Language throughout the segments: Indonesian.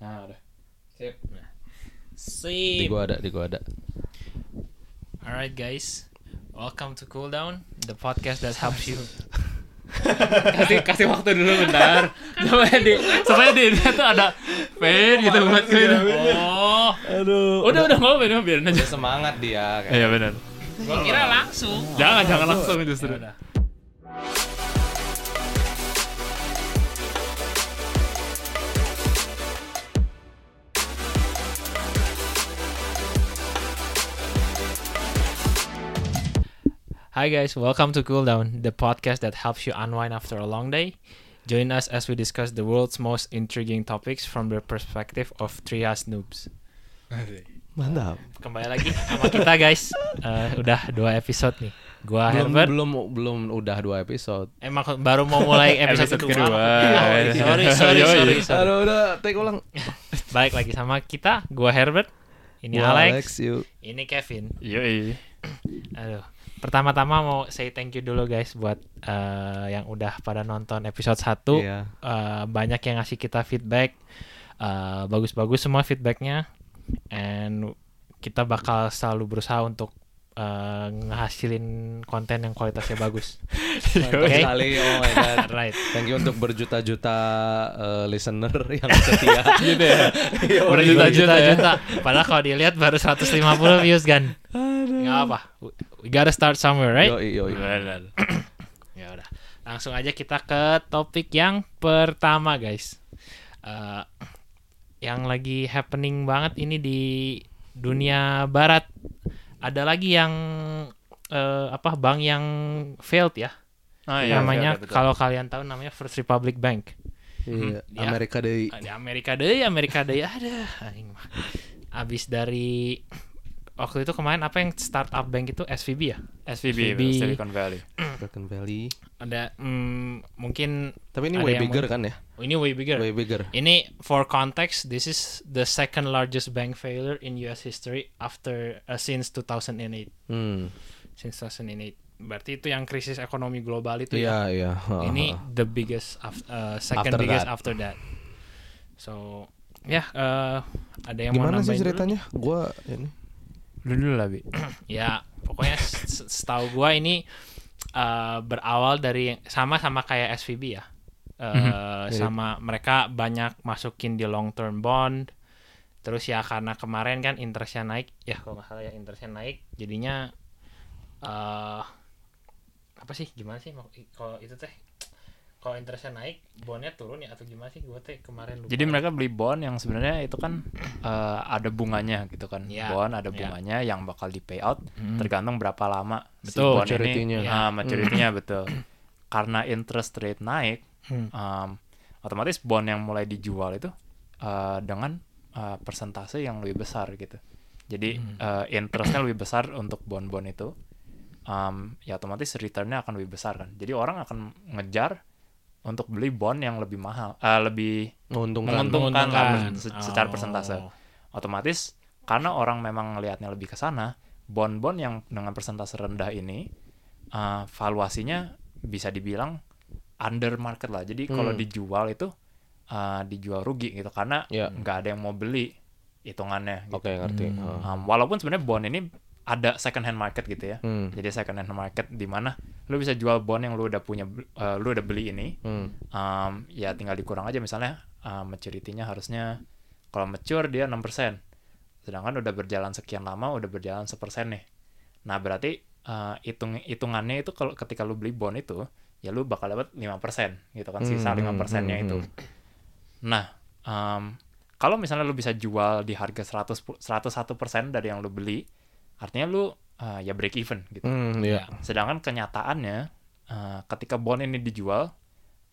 Nah, udah. Sip. Di Sip. gua ada, di gua ada. Alright guys, welcome to Cool Down, the podcast that helps you. kasih kasih waktu dulu bentar. Supaya di supaya di dia tuh ada pen gitu buat gue. Oh. Iya, Aduh. Udah udah mau pen biarin aja. Udah semangat dia kayak. Iya benar. Gua kira langsung. Jangan jangan langsung justru. udah. Hi guys, welcome to Cool Down, the podcast that helps you unwind after a long day. Join us as we discuss the world's most intriguing topics from the perspective of Trias Noobs. Mantap. Kembali lagi sama kita guys. Eh, udah dua episode nih. Gua Belum Herbert. belum belum udah dua episode. Emang baru mau mulai episode, Episode kedua. kedua. sorry, sorry, Yoi. sorry, sorry. Aduh, udah take ulang. Baik lagi sama kita, gua Herbert. Ini Gua Alex. yuk. ini Kevin. Yoi. Aduh. Pertama-tama mau say thank you dulu guys buat eh, yang udah pada nonton episode 1. Iya. Eh, banyak yang ngasih kita feedback. Eh, bagus-bagus semua feedbacknya. And kita bakal selalu berusaha untuk eh, ngehasilin konten yang kualitasnya bagus. Mantap Oke. sekali. Oh my god. Right. Thank you untuk berjuta-juta eh, listener yang setia. gitu ya. berjuta-juta juta. Padahal kalau dilihat baru 150 views kan. Enggak apa. We gotta start somewhere, right? Yoi, yoi. Benar. Ya udah. Langsung aja kita ke topik yang pertama, guys. Eh, yang lagi happening banget ini di dunia barat. Ada lagi yang eh, apa bank yang failed ya Ah, namanya kalau kalian tahu namanya First Republic Bank Iya, Ya. Amerika deh. di Amerika deh Amerika deh ada anjing mah. abis dari waktu itu kemarin apa yang startup bank itu SVB ya SVB, SVB. Silicon Valley. Silicon Valley. ada mm, mungkin Tapi ini Ada way yang bigger mau- kan ya? oh, ini way bigger Way bigger. ini for context this is the second largest bank failure in US history after uh, since 2008 Hmm. since 2008 berarti itu yang krisis ekonomi global itu ya Iya, iya. Ha, ini ha. the biggest af- uh, second After biggest that. after that so ya eh, ada yang mau gimana nambahin sih dulu? ceritanya? Gua ini. Dulu lah, Bi. ya pokoknya se- se- setahu gua ini eh, berawal dari sama sama kayak SVB ya Eh, Mhm. Mirip. sama mereka banyak masukin di long term bond terus ya karena kemarin kan interestnya naik ya kalau nggak salah ya interestnya naik jadinya eh apa sih gimana sih mau- i- kalau itu teh kalau interestnya naik bondnya turun ya atau gimana sih gua teh kemarin lupa Jadi mereka beli bond yang sebenarnya itu kan eh, ada bunganya gitu kan. Iya. Bond Iya. ada bunganya yang bakal di payout Mm. tergantung berapa lama si Betul. bond Maturity-nya. Iya. ini. Ah, maturity-nya, betul. Karena interest rate naik, Hmm. um, otomatis bond yang mulai dijual itu uh, dengan uh, persentase yang lebih besar gitu. Jadi Hmm. uh, interestnya lebih besar untuk bond-bond itu, um, ya otomatis returnnya akan lebih besar kan. Jadi orang akan ngejar untuk beli bond yang lebih mahal, uh, lebih Menguntungkan. menguntungkan, lah Menguntungkan. se- Oh. secara persentase. Otomatis karena orang memang ngelihatnya lebih ke sana, bond-bond yang dengan persentase rendah ini uh, valuasinya bisa dibilang under market lah. Jadi kalau Hmm. dijual itu uh, dijual rugi gitu karena Ya. nggak ada yang mau beli hitungannya. Gitu. Oke, ngerti. Hmm. Ha. Um, walaupun sebenarnya bond ini ada second hand market gitu ya. Hmm. Jadi second hand market di mana lu bisa jual bond yang lu udah punya, uh, lu udah beli ini, Hmm. um, ya tinggal dikurang aja misalnya um, maturity-nya harusnya kalau mature dia 6% sedangkan udah berjalan sekian lama udah berjalan sepersen nih nah berarti uh, hitung hitungannya itu kalau ketika lu beli bond itu ya lu bakal dapat 5% gitu kan sisa Hmm, 5% nya hmm, itu hmm. nah um, kalau misalnya lu bisa jual di harga 100 pu- 101% dari yang lu beli artinya lu uh, ya break even gitu Hmm, iya. Ya. Sedangkan kenyataannya eh, ketika bond ini dijual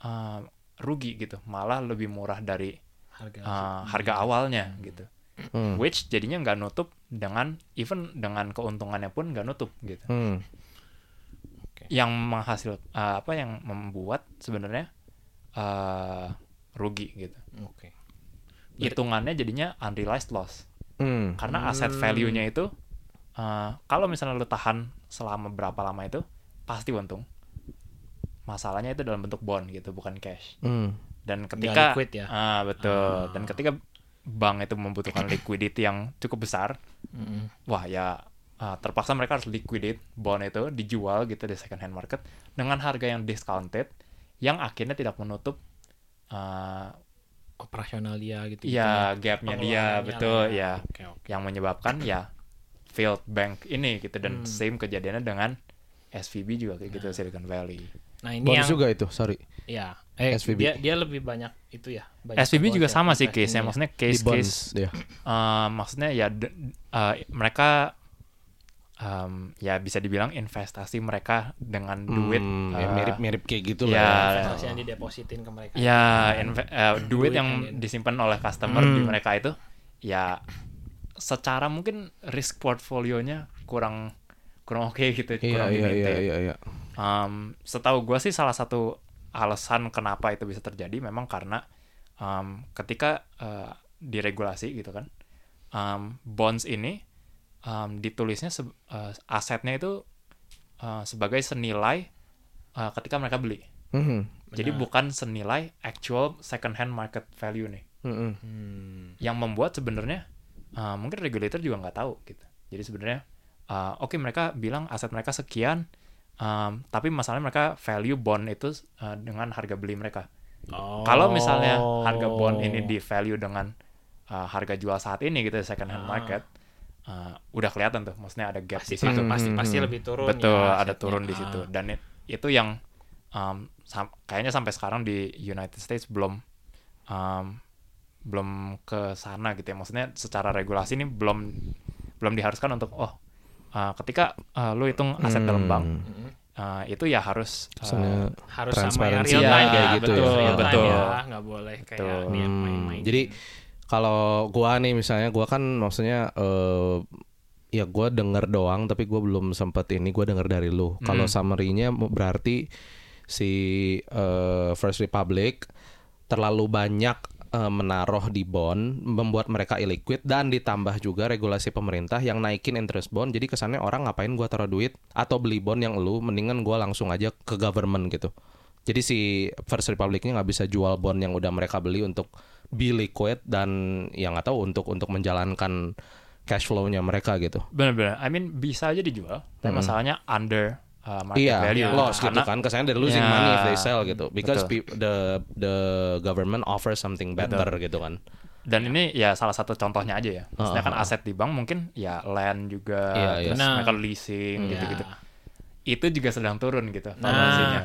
eh, rugi gitu, malah lebih murah dari harga eh, harga awalnya gitu. Hmm. Which jadinya nggak nutup dengan even dengan keuntungannya pun nggak nutup gitu. Hmm. Yang menghasil eh, apa yang membuat sebenarnya eh, rugi gitu. oke Hitungannya jadinya unrealized loss. Hmm. karena aset value-nya itu eh, kalau misalnya lu tahan selama berapa lama itu pasti untung masalahnya itu dalam bentuk bond gitu bukan cash Hmm. dan ketika liquid ya? ah betul dan ketika bank itu membutuhkan liquidity yang cukup besar, Mm-mm. wah ya ah, terpaksa mereka harus liquidate bond itu dijual gitu di second hand market dengan harga yang discounted yang akhirnya tidak menutup ah, operasional dia gitu ya gapnya dia betul ya oke oke yang menyebabkan ya failed bank ini gitu dan Hmm. same kejadiannya dengan SVB juga kayak gitu Silicon Valley. nah ini Bonus yang juga itu, sorry. ya eh, SVB. dia dia lebih banyak itu ya banyak SVB juga bonus sama yang sih investing ya. case-nya, maksudnya Di bonds, case-case ya. Eh, maksudnya ya de- eh, mereka em, ya bisa dibilang investasi mereka dengan duit Hmm, ya eh, mirip-mirip kayak gitu ya. lah. investasi yang didepositin ke mereka Hmm. ya inve- eh, duit kan Duit ya. yang yang di- disimpan oleh customer di mereka itu ya secara mungkin risk portfolionya kurang kurang oke gitu Iya, kurang iya, dimaintain. iya, iya, iya. Um, setahu gue sih salah satu alasan kenapa itu bisa terjadi memang karena um, ketika uh, diregulasi gitu kan um, bonds ini um, ditulisnya se- uh, asetnya itu uh, sebagai senilai uh, ketika mereka beli Mhm, jadi bukan senilai actual second hand market value nih mhm. yang membuat sebenarnya uh, mungkin regulator juga nggak tahu gitu. Jadi sebenarnya uh, oke mereka bilang aset mereka sekian, um, tapi masalahnya mereka value bond itu uh, dengan harga beli mereka. Oh. Kalau misalnya harga bond ini di value dengan uh, harga jual saat ini gitu second Ah. hand market, uh, udah kelihatan tuh, maksudnya ada gap pasti di situ. pasti, pasti pasti Hmm. lebih turun Betul, ya, ada asetnya. turun di Ah. situ. Dan it- itu yang um, sam- kayaknya sampai sekarang di United States belum um, belum ke sana gitu ya. Maksudnya secara regulasi ini belum belum diharuskan untuk oh uh, ketika uh, lu hitung aset Hmm. dalam bank Mm-mm. uh, itu ya harus uh, Soalnya harus sama ya transparansi real ya, time kayak ya, gitu ya. betul, real time Betul. ya nggak boleh kayak Betul. dia Hmm, main-main Jadi kalau gua nih misalnya gua kan maksudnya eh, ya gua denger doang tapi gua belum sempet ini gua denger dari lu. Kalau summary-nya mu- berarti si eh, First Republic terlalu banyak eh, menaruh di bond membuat mereka illiquid dan ditambah juga regulasi pemerintah yang naikin interest bond jadi kesannya orang ngapain gua taruh duit atau beli bond yang lu mendingan gua langsung aja ke government gitu jadi si First Republic-nya nggak bisa jual bond yang udah mereka beli untuk be liquid dan yang nggak tahu untuk untuk menjalankan cash flow-nya mereka gitu. benar-benar. I mean bisa aja dijual, tapi masalahnya under uh, market Hmm. iya, value loss gitu karena kan. Kesannya they're losing Ya. money if they sell gitu. Because Betul. peop- the the government offers something better gitu kan. dan ini ya salah satu contohnya aja ya. Maksudnya kan Ah, ah, aset di bank mungkin ya land juga, Iya, Hmm. terus iya. mereka leasing Ya. gitu-gitu. Itu juga sedang turun gitu Nah. valuasinya.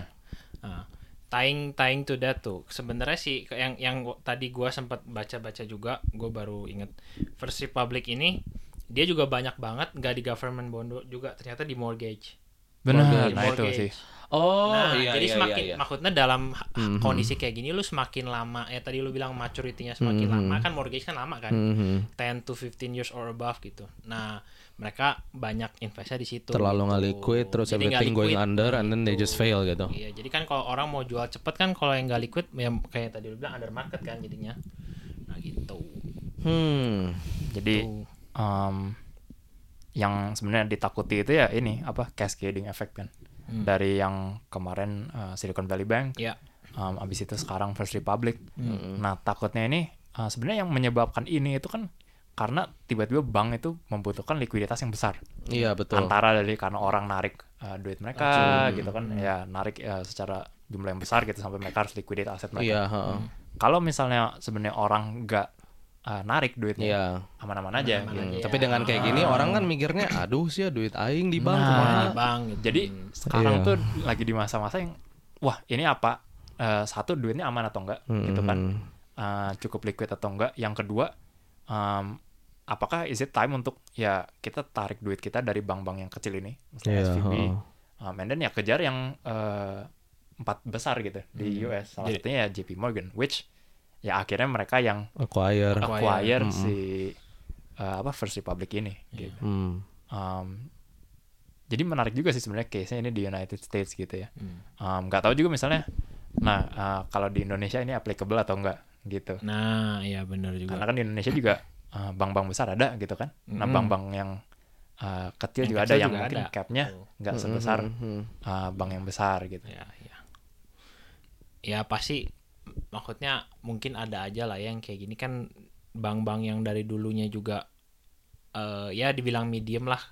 Nah, tying tying to that tuh sebenarnya sih ke- yang yang gua- tadi gua sempat baca-baca juga gue baru inget First Republic ini dia juga banyak banget nggak di government bond juga ternyata di mortgage Benar, Ah, Di nah itu mortgage. sih. Oh, nah, jadi semakin iya. maksudnya dalam ha- Mhm. kondisi kayak gini lu semakin lama ya tadi lu bilang maturity-nya Mhm. semakin lama kan mortgage kan lama kan Mm-hmm. 10 to 15 years or above gitu. Nah, mereka banyak investasi di situ. Terlalu gitu. nggak liquid terus Jadi nggak everything going liquid. under and then they just fail gitu. Iya, jadi kan kalau orang mau jual cepet kan kalau yang nggak liquid ya kayak tadi lu bilang under market kan jadinya. Nah, gitu. Hmm. Jadi Tuh. em, yang sebenarnya ditakuti itu ya ini apa cascading effect kan. Dari yang kemarin eh, Silicon Valley Bank, Ya. em, abis itu sekarang First Republic. Nah, takutnya ini eh, sebenarnya yang menyebabkan ini itu kan karena tiba-tiba bank itu membutuhkan likuiditas yang besar. Iya betul. antara dari karena orang narik uh, duit mereka gitu kan ya narik uh, secara jumlah yang besar gitu sampai mereka harus liquidate aset mereka Iya, Hmm. heeh. kalau misalnya sebenarnya orang nggak uh, narik duitnya Iya. aman-aman aja gitu. aja. Tapi dengan kayak gini orang kan mikirnya aduh sih ya duit aing di bank kemana?" Nah, bang. gitu. Ah. jadi sekarang Iya. tuh lagi di masa-masa yang wah ini apa Uh, satu duitnya aman atau enggak gitu kan Mm-mm. Uh, cukup liquid atau enggak yang kedua um, apakah is it time untuk ya kita tarik duit kita dari bank-bank yang kecil ini misalnya Iya, SVB heeh. Um, and then ya kejar yang eh, empat besar gitu di US. Salah Hmm. Jadi- satunya ya JP Morgan, which ya akhirnya mereka yang Acquire. Acquire. Iya. acquire si eh, apa First Republic ini. Gitu. Hmm. Um, jadi menarik juga sih sebenarnya case-nya ini di United States gitu ya. Hmm. Um, Gak tahu juga misalnya. Nah eh, kalau di Indonesia ini applicable atau enggak gitu. Nah, iya benar juga. Karena kan di Indonesia juga eh, bank-bank besar ada gitu kan. Nah Mm-mm. bank-bank yang eh, kecil Yang juga ada kecil yang juga mungkin ada. capnya Betul. nggak sebesar eh, bank yang besar gitu. Ya, ya. Iya, Ya pasti maksudnya mungkin ada aja lah yang kayak gini kan bank-bank yang dari dulunya juga eh, ya dibilang medium lah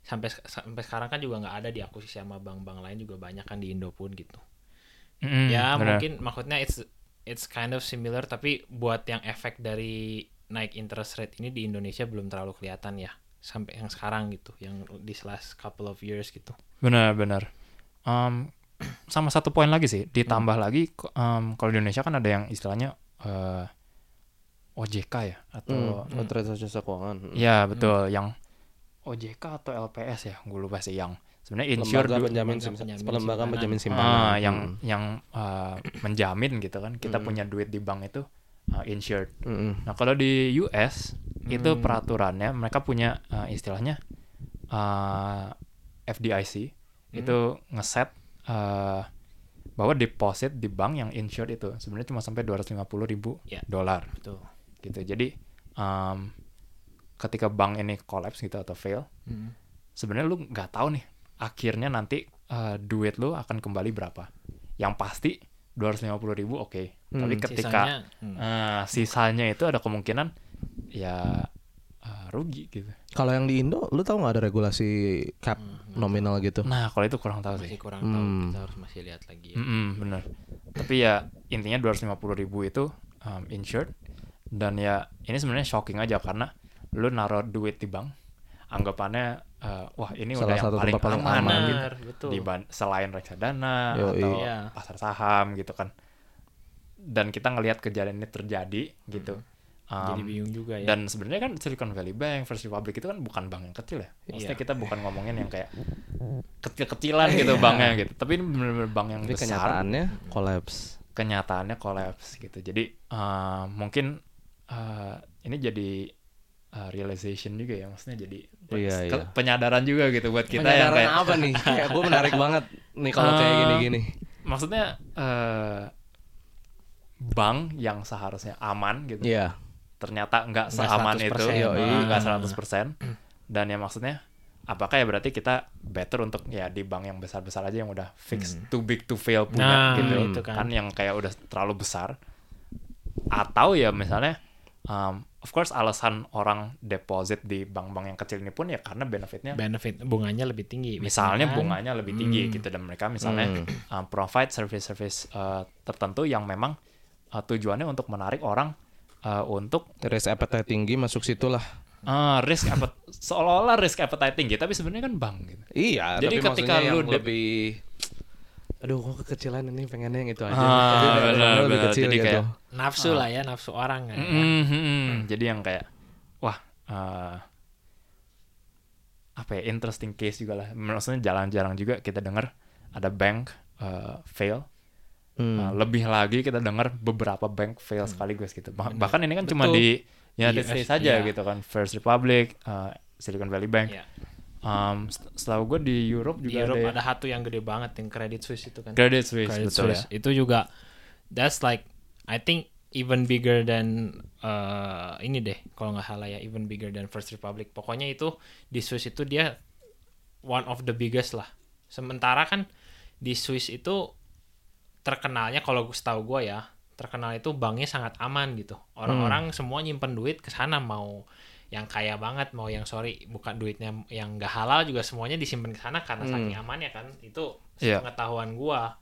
sampai sampai sekarang kan juga nggak ada diakuisisi sama bank-bank lain juga banyak kan di Indo pun gitu Mm-mm, ya bener. mungkin maksudnya it's it's kind of similar tapi buat yang efek dari naik interest rate ini di Indonesia belum terlalu kelihatan ya sampai yang sekarang gitu yang this last couple of years gitu Benar, benar. Em, sama satu poin lagi sih, ditambah Hmm. lagi ko- em, kalau di Indonesia kan ada yang istilahnya eh, OJK ya atau Hmm, otoritas jasa keuangan. Hmm. ya betul yang OJK atau LPS ya, gue lupa sih yang sebenarnya insure Lembaga du- penjamin Lembaga simpanan. penjamin Lembaga simpanan. penjamin simpanan. Ah, yang Hmm. yang eh, menjamin gitu kan kita Mm. punya duit di bank itu eh, insured. Mm-mm. Nah kalau di US itu Hmm. peraturannya mereka punya eh, istilahnya eh, FDIC Hmm. itu ngeset eh, bahwa deposit di bank yang insured itu sebenarnya cuma sampai 250 ribu Ya. dolar betul gitu. Jadi em, ketika bank ini collapse gitu atau fail, sebenarnya lu nggak tahu nih akhirnya nanti eh, duit lu akan kembali berapa. Yang pasti 250 ribu oke, tapi Hmm, ketika Sisanya, hmm. Eh, sisanya itu ada kemungkinan ya eh, rugi gitu. Kalau yang di Indo, lu tahu nggak ada regulasi cap Hmm, nominal gitu? Nah kalau itu kurang tahu masih sih. kurang Hmm. tahu kita harus masih lihat lagi ya. Mm-mm, bener. Tapi ya intinya 250 ribu itu um, insured dan ya ini sebenarnya shocking aja karena lu naruh duit di bank anggapannya eh, wah ini Salah udah yang satu paling, tempat paling aman, aman. gitu. Benar, betul. Diban- selain reksadana Yoi. atau Iya. pasar saham gitu kan dan kita ngelihat kejadian ini terjadi gitu Jadi Um, bingung juga Iya. ya. Dan sebenarnya kan Silicon Valley Bank, First Republic itu kan bukan bank yang kecil ya. Maksudnya Iya. kita bukan ngomongin yang kayak kecil-kecilan gitu banknya gitu. Tapi ini benar-benar bank yang Iya. Tapi besar. kenyataannya collapse. Kenyataannya collapse gitu. Jadi eh, mungkin eh, ini jadi eh, realization juga ya. Maksudnya jadi Iya, ke- iya. penyadaran juga gitu buat kita yang Penyadaran kayak apa nih? Kayak gue menarik banget nih kalau kayak Eh, gini-gini. maksudnya eh, bank yang seharusnya aman gitu. Iya. ternyata Nggak nggak seaman itu 100%. Yoi, Ah. nggak 100% dan ya maksudnya apakah ya berarti kita better untuk ya di bank yang besar-besar aja yang udah fix too big to fail punya Hmm. Nah, gitu itu kan. kan. yang kayak udah terlalu besar atau ya misalnya um, of course alasan orang deposit di bank-bank yang kecil ini pun ya karena benefitnya benefit bunganya lebih tinggi. misalnya kan? bunganya lebih Hmm. tinggi gitu dan mereka misalnya um, provide service-service uh, tertentu yang memang uh, tujuannya untuk menarik orang uh, untuk Risk appetite tinggi masuk situ lah. Ah, risk apa seolah-olah risk appetite tinggi tapi sebenarnya kan bank gitu. Iya. Jadi tapi ketika maksudnya lu yang de- lebih Aduh, gue kekecilan ini pengennya yang itu aja. Ah, Jadi, benar, lu lebih benar. kecil Jadi gitu. kayak- Nafsu lah ya, nafsu orang kan. Mm, mm, mm. Jadi yang kayak wah eh, apa ya interesting case juga lah. Maksudnya jarang-jarang juga kita dengar ada bank eh, fail. Hmm. Nah, lebih lagi kita dengar beberapa bank fail sekaligus gitu. Bah- bahkan ini kan cuma Betul. di United US, States saja iya. gitu kan. First Republic, eh, Silicon Valley Bank. Iya. Um, set- setahu gue di Europe Di juga Eropa ada, ya. ada satu yang gede banget yang Credit Suisse itu kan. Credit Suisse betul ya. Itu juga that's like I think even bigger than uh, ini deh kalau nggak salah ya even bigger than First Republic. Pokoknya itu di Swiss itu dia one of the biggest lah. Sementara kan di Swiss itu terkenalnya kalau setahu gue ya terkenal itu banknya sangat aman gitu. Orang-orang semua nyimpen duit ke sana mau yang kaya banget mau yang sorry bukan duitnya yang nggak halal juga semuanya disimpan ke sana karena saking amannya kan itu Iya. pengetahuan gua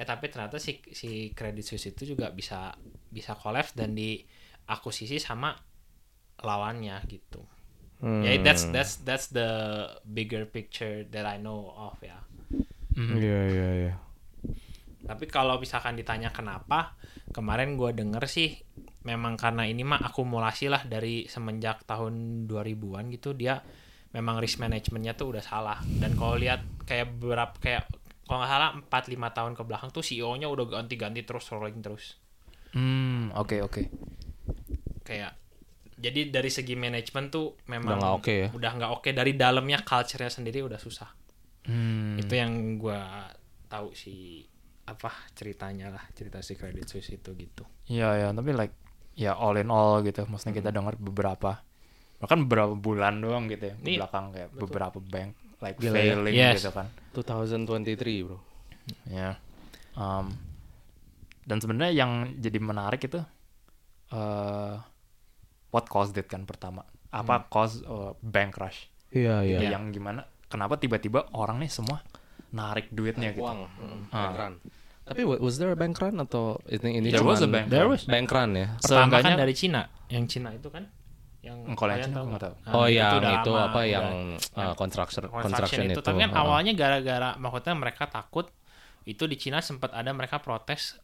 eh tapi ternyata si si Credit Suisse itu juga bisa bisa collapse dan diakusisi sama lawannya gitu Hmm. ya that's that's that's the bigger picture that I know of ya Iya, iya, iya. tapi kalau misalkan ditanya kenapa kemarin gua denger sih memang karena ini mah akumulasi lah dari semenjak tahun 2000-an gitu dia memang risk managementnya tuh udah salah dan kalau lihat kayak berapa kayak kalau nggak salah 4-5 tahun ke belakang tuh CEO-nya udah ganti-ganti terus rolling terus Hmm, oke oke. kayak jadi dari segi manajemen tuh Udah memang nggak oke ya? udah nggak oke dari dalamnya culture-nya sendiri udah susah Hmm. itu yang gua tahu si apa ceritanya lah cerita si Credit Suisse itu gitu Iya ya, tapi like ya all in all gitu. Maksudnya kita dengar beberapa bahkan beberapa bulan doang gitu ya ke Iya, belakang kayak beberapa bank like Gila ya. failing Yes. gitu kan. 2023, Bro. Ya. Um, dan sebenarnya yang jadi menarik itu eh what caused it kan pertama apa cause uh, bank rush Iya, iya. yang gimana kenapa tiba-tiba orang nih semua narik duitnya gitu iya. Uang, Ah. bank run. Tapi wa- was there a bank run atau ini ini There was cuman- a bank There run. was. bank run ya? Pertama kan Seenggaknya- dari Cina, yang Cina itu kan yang Kalau yang kalian Cina tahu gua nggak nggak? tahu. Nah, Oh itu yang udah itu lama, apa udah yang uh, construction, construction construction itu. Tapi kan Ah. awalnya gara-gara maksudnya mereka takut itu di Cina sempat ada mereka protes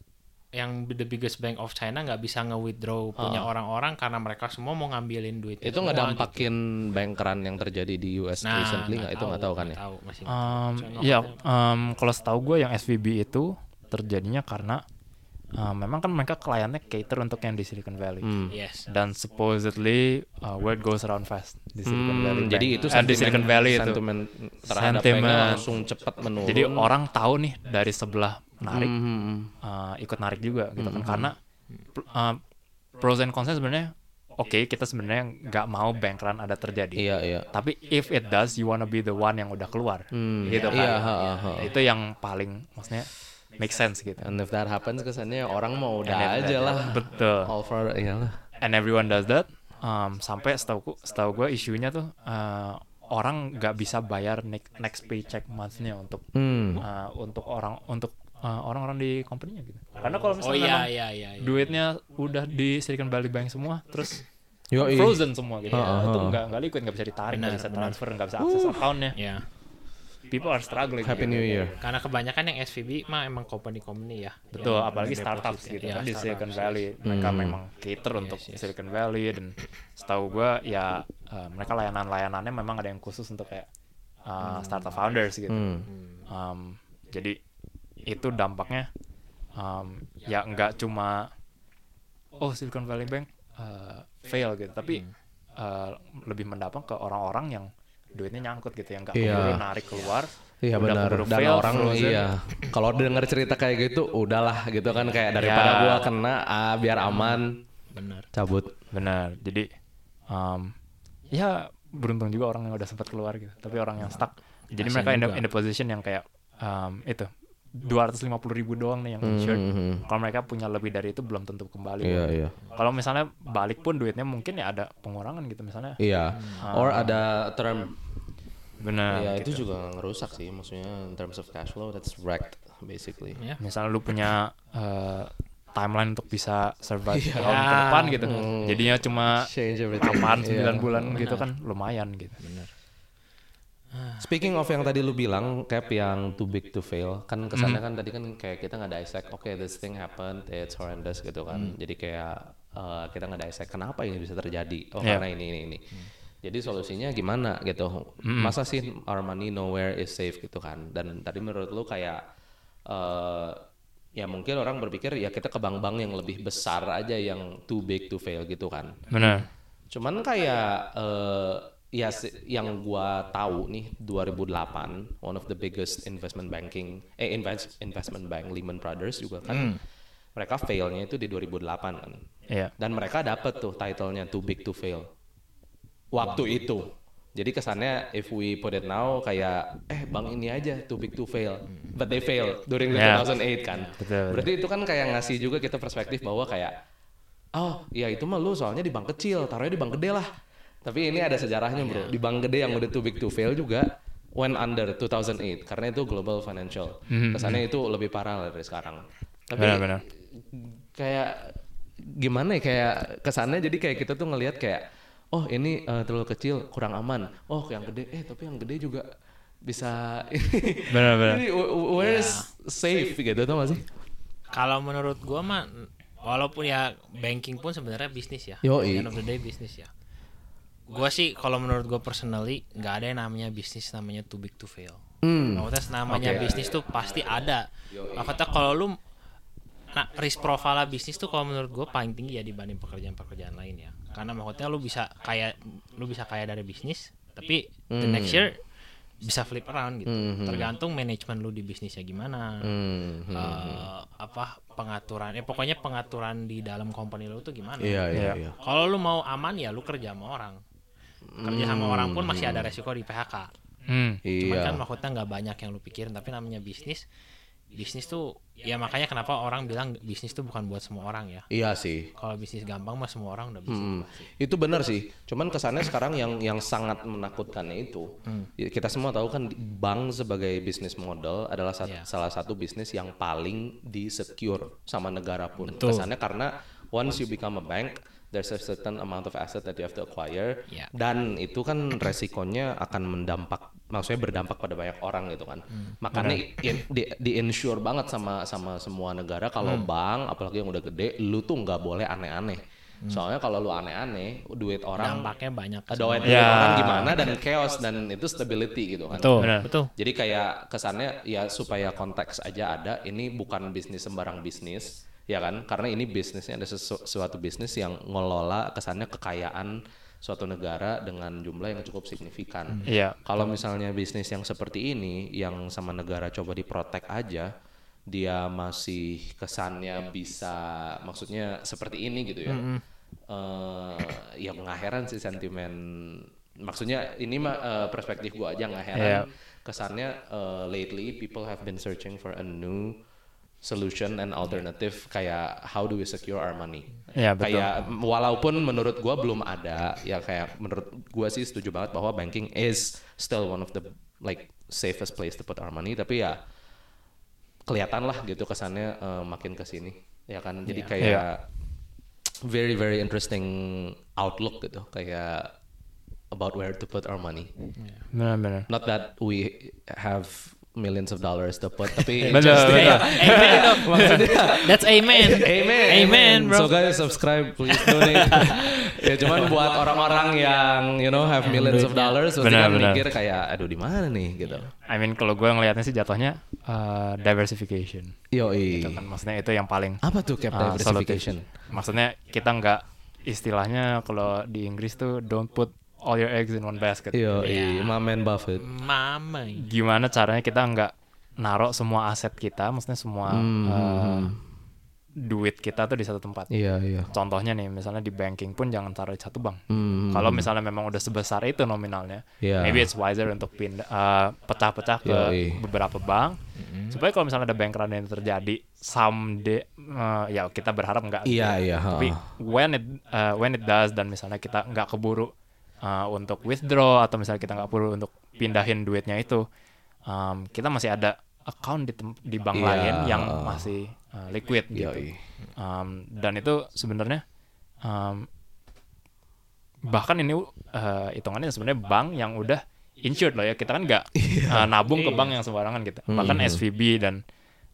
yang the biggest bank of China nggak bisa nge-withdraw punya orang-orang karena mereka semua mau ngambilin duit itu nggak dampakin bank run yang terjadi di US Nah, recently nggak itu nggak tahu kan ya? Nah, tahu, masih nggak tahu. Um, Cuma ya, maksudnya- um, kalau setahu gue yang SVB itu terjadinya karena uh, memang kan mereka kliennya cater untuk yang di Silicon Valley. Hmm. yes Dan supposedly uh, word goes around fast di Silicon Hmm, Valley. jadi Bank. itu Eh, di Silicon Valley itu. sentimen terhadap Sentimen. bank langsung cepat menurun. Jadi orang tahu nih dari sebelah narik Hmm, hmm. uh, ikut narik juga gitu kan karena pl- uh, pros and cons sebenarnya oke kita sebenarnya nggak mau bank run ada terjadi. Iya iya. Tapi if it does, you wanna be the one yang udah keluar. Hmm, Gitu kan. iya, ha, ha, ha. Itu yang paling maksudnya make sense gitu. And if that happens kesannya orang mau udah And if Ya aja that- lah. Betul. All for iyalah. And everyone does that. Um, sampai setahu setahu gue isunya tuh uh, orang nggak bisa bayar ne- next paycheck month-nya untuk Hmm. uh, untuk orang untuk uh, orang-orang di company-nya gitu. Karena kalau oh misalnya iya memang iya iya iya. duitnya udah di Silicon Valley Bank semua, terus Yo, iya. frozen semua gitu. Ha, ha, Itu ha. nggak nggak liquid, nggak bisa ditarik, nggak Benar, bisa benar. transfer, nggak bisa akses account-nya. Iya. People are struggling. Happy gitu. New Year. karena kebanyakan yang SVB mah emang company-company ya Iya, Betul, Yang apalagi deposit startup ya. gitu Iya, kan di startup. Silicon Valley. Hmm. Mereka memang cater untuk Iya, Silicon Valley dan setahu gua ya eh, mereka layanan-layanannya memang ada yang khusus untuk kayak eh, Hmm. startup founders gitu. Um, jadi itu dampaknya um, ya nggak cuma oh Silicon Valley Bank eh, fail gitu, tapi Hmm. eh, lebih mendapat ke orang-orang yang duitnya nyangkut gitu yang nggak Iya. keburu narik keluar. Iya udah benar. keburu Dan fail, orang frozen. iya. Kalau denger cerita kayak gitu, udahlah gitu kan kayak daripada Ya. gua kena ah, biar aman Iya, benar cabut. Benar. Jadi um, ya beruntung juga orang yang udah sempat keluar gitu. Tapi orang yang stuck. Iya. Jadi mereka in the, in the position yang kayak um, itu 250 ribu doang nih yang insured. Kalau mereka punya lebih dari itu belum tentu kembali. Hmm, Iya iya. Kalau misalnya balik pun duitnya mungkin ya ada pengurangan gitu misalnya. Iya. Or ada term Benar. Ya itu juga ngerusak sih maksudnya in terms of cash flow that's wrecked basically. Ya. Misalnya lu punya eh, timeline untuk bisa survive Iya. tahun ke depan gitu. Jadinya cuma Change everything. Hmm. 8 9 Iya. bulan gitu kan lumayan gitu. Speaking of yang tadi lu bilang cap yang too big to fail kan kesannya kan tadi kan kayak kita nggak dissect oke this thing happened it's horrendous gitu kan. Jadi kayak eh, kita nggak dissect kenapa ini bisa terjadi oh Iya. karena ini ini ini. Jadi solusinya gimana gitu? Masa sih our money nowhere is safe gitu kan? Dan tadi menurut lu kayak eh ya mungkin orang berpikir ya kita ke bank-bank yang lebih besar aja yang too big to fail gitu kan. Benar. Cuman kayak eh, ya se- yang gua tahu nih 2008 one of the biggest investment banking eh invest, investment bank Lehman Brothers juga kan mereka failnya itu di 2008 kan. Iya. Dan mereka dapat tuh titlenya too big to fail. Waktu itu. Jadi kesannya if we put it now kayak eh bank ini aja too big to fail. But they failed during the Yeah. 2008 kan. Iya. Betul, Berarti itu kan kayak ngasih juga kita perspektif bahwa kayak oh ya itu mah lu soalnya di bank kecil taruhnya di bank gede lah tapi ini ada sejarahnya bro di bank gede yang udah too big to fail juga went under 2008 karena itu global financial kesannya itu lebih parah lah dari sekarang tapi Hmm. Benar benar. kayak gimana ya kayak kesannya jadi kayak kita tuh ngelihat kayak oh ini eh, terlalu kecil kurang aman oh yang gede eh tapi yang gede juga bisa Benar benar. Jadi, w- w- where is safe gitu tuh masih kalau menurut gua mah walaupun ya banking pun sebenarnya bisnis ya Yoi. end of the day bisnis ya gua sih kalau menurut gua personally nggak ada yang namanya bisnis namanya too big to fail Hmm. maksudnya namanya bisnis tuh pasti ada maksudnya kalau lu nah risk profile bisnis tuh kalau menurut gua paling tinggi ya dibanding pekerjaan-pekerjaan lain ya karena maksudnya lu bisa kaya lu bisa kaya dari bisnis tapi the Hmm. next year bisa flip around gitu tergantung manajemen lu di bisnisnya gimana Hmm, eh, apa pengaturan ya pokoknya pengaturan di dalam company lo tuh gimana iya iya Iya. iya kalau lu mau aman ya lu kerja sama orang kerja sama orang pun masih ada resiko di PHK Hmm. cuman Hmm. Iya. kan maksudnya nggak banyak yang lu pikirin tapi namanya bisnis bisnis tuh ya makanya kenapa orang bilang bisnis tuh bukan buat semua orang ya. Iya sih. Kalau bisnis gampang mah semua orang udah bisa. Hmm, itu benar sih. Cuman kesannya sekarang yang yang sangat menakutkannya itu, ya, kita semua tahu kan di- bank sebagai bisnis model adalah sat- salah satu bisnis yang paling disecure sama negara pun. Kesannya karena once you become a bank, there's a certain amount of asset that you have to acquire Ya. dan itu kan resikonya akan mendampak, maksudnya berdampak pada banyak orang gitu kan. Makanya i- di, di insure banget sama sama semua negara kalau bank, apalagi yang udah gede, lu tuh nggak boleh aneh-aneh. Soalnya kalau lu aneh-aneh, duit orang Dampaknya banyak. ada duit Ya. orang gimana dan chaos dan itu stability gitu kan. Betul, Benar. betul. Jadi kayak kesannya ya supaya konteks aja ada ini bukan bisnis sembarang bisnis ya kan karena ini bisnisnya ada sesu- suatu bisnis yang ngelola kesannya kekayaan suatu negara dengan jumlah yang cukup signifikan. Iya. Kalau misalnya bisnis yang seperti ini yang sama negara coba diprotek aja, dia masih kesannya bisa maksudnya seperti ini gitu ya. Eh, ya nggak heran sih sentimen maksudnya ini mah eh, perspektif gua aja nggak heran. Iya. Kesannya eh, lately people have been searching for a new solution and alternative kayak how do we secure our money Iya, betul. kayak m- walaupun menurut gua belum ada ya kayak menurut gua sih setuju banget bahwa banking is still one of the like safest place to put our money tapi ya kelihatan lah gitu kesannya eh, makin kesini ya kan jadi kayak Iya. very very interesting outlook gitu kayak about where to put our money Iya. Benar-benar. not that we have millions of dollars to put tapi Benar, just- Iya, benar. Amen dong. That's amen. Amen. Amen, So bro. guys subscribe please donate. ya cuman buat orang-orang yang you know have millions of dollars pasti Benar, kan benar. mikir kayak aduh di mana nih gitu. I mean kalau gue ngelihatnya sih jatuhnya eh, diversification. Yoi. Gitu kan maksudnya itu yang paling Apa tuh cap Ah, diversification? solutif. Maksudnya kita nggak istilahnya kalau di Inggris tuh don't put all your eggs in one basket. Iya. Yoi, Iya. Mamen Buffett. Mama. Gimana caranya kita nggak naruh semua aset kita, maksudnya semua eh, duit kita tuh di satu tempat. Iya, iya. Contohnya nih, misalnya di banking pun jangan taruh di satu bank. Hmm. Kalau misalnya memang udah sebesar itu nominalnya, Iya. maybe it's wiser untuk pindah eh, pecah-pecah ke Yoi. beberapa bank. Supaya kalau misalnya ada bank run yang terjadi someday, eh, ya kita berharap nggak. Iya, iya, ha. Tapi when it eh, when it does dan misalnya kita nggak keburu eh, untuk withdraw atau misalnya kita nggak perlu untuk pindahin duitnya itu, em, kita masih ada account di tem- di bank Iya. lain yang masih eh, liquid gitu. Yoi. Um, dan itu sebenarnya um, bahkan ini uh, hitungannya sebenarnya bank yang udah insured loh ya kita kan nggak uh, nabung ke bank yang sembarangan gitu bahkan SVB dan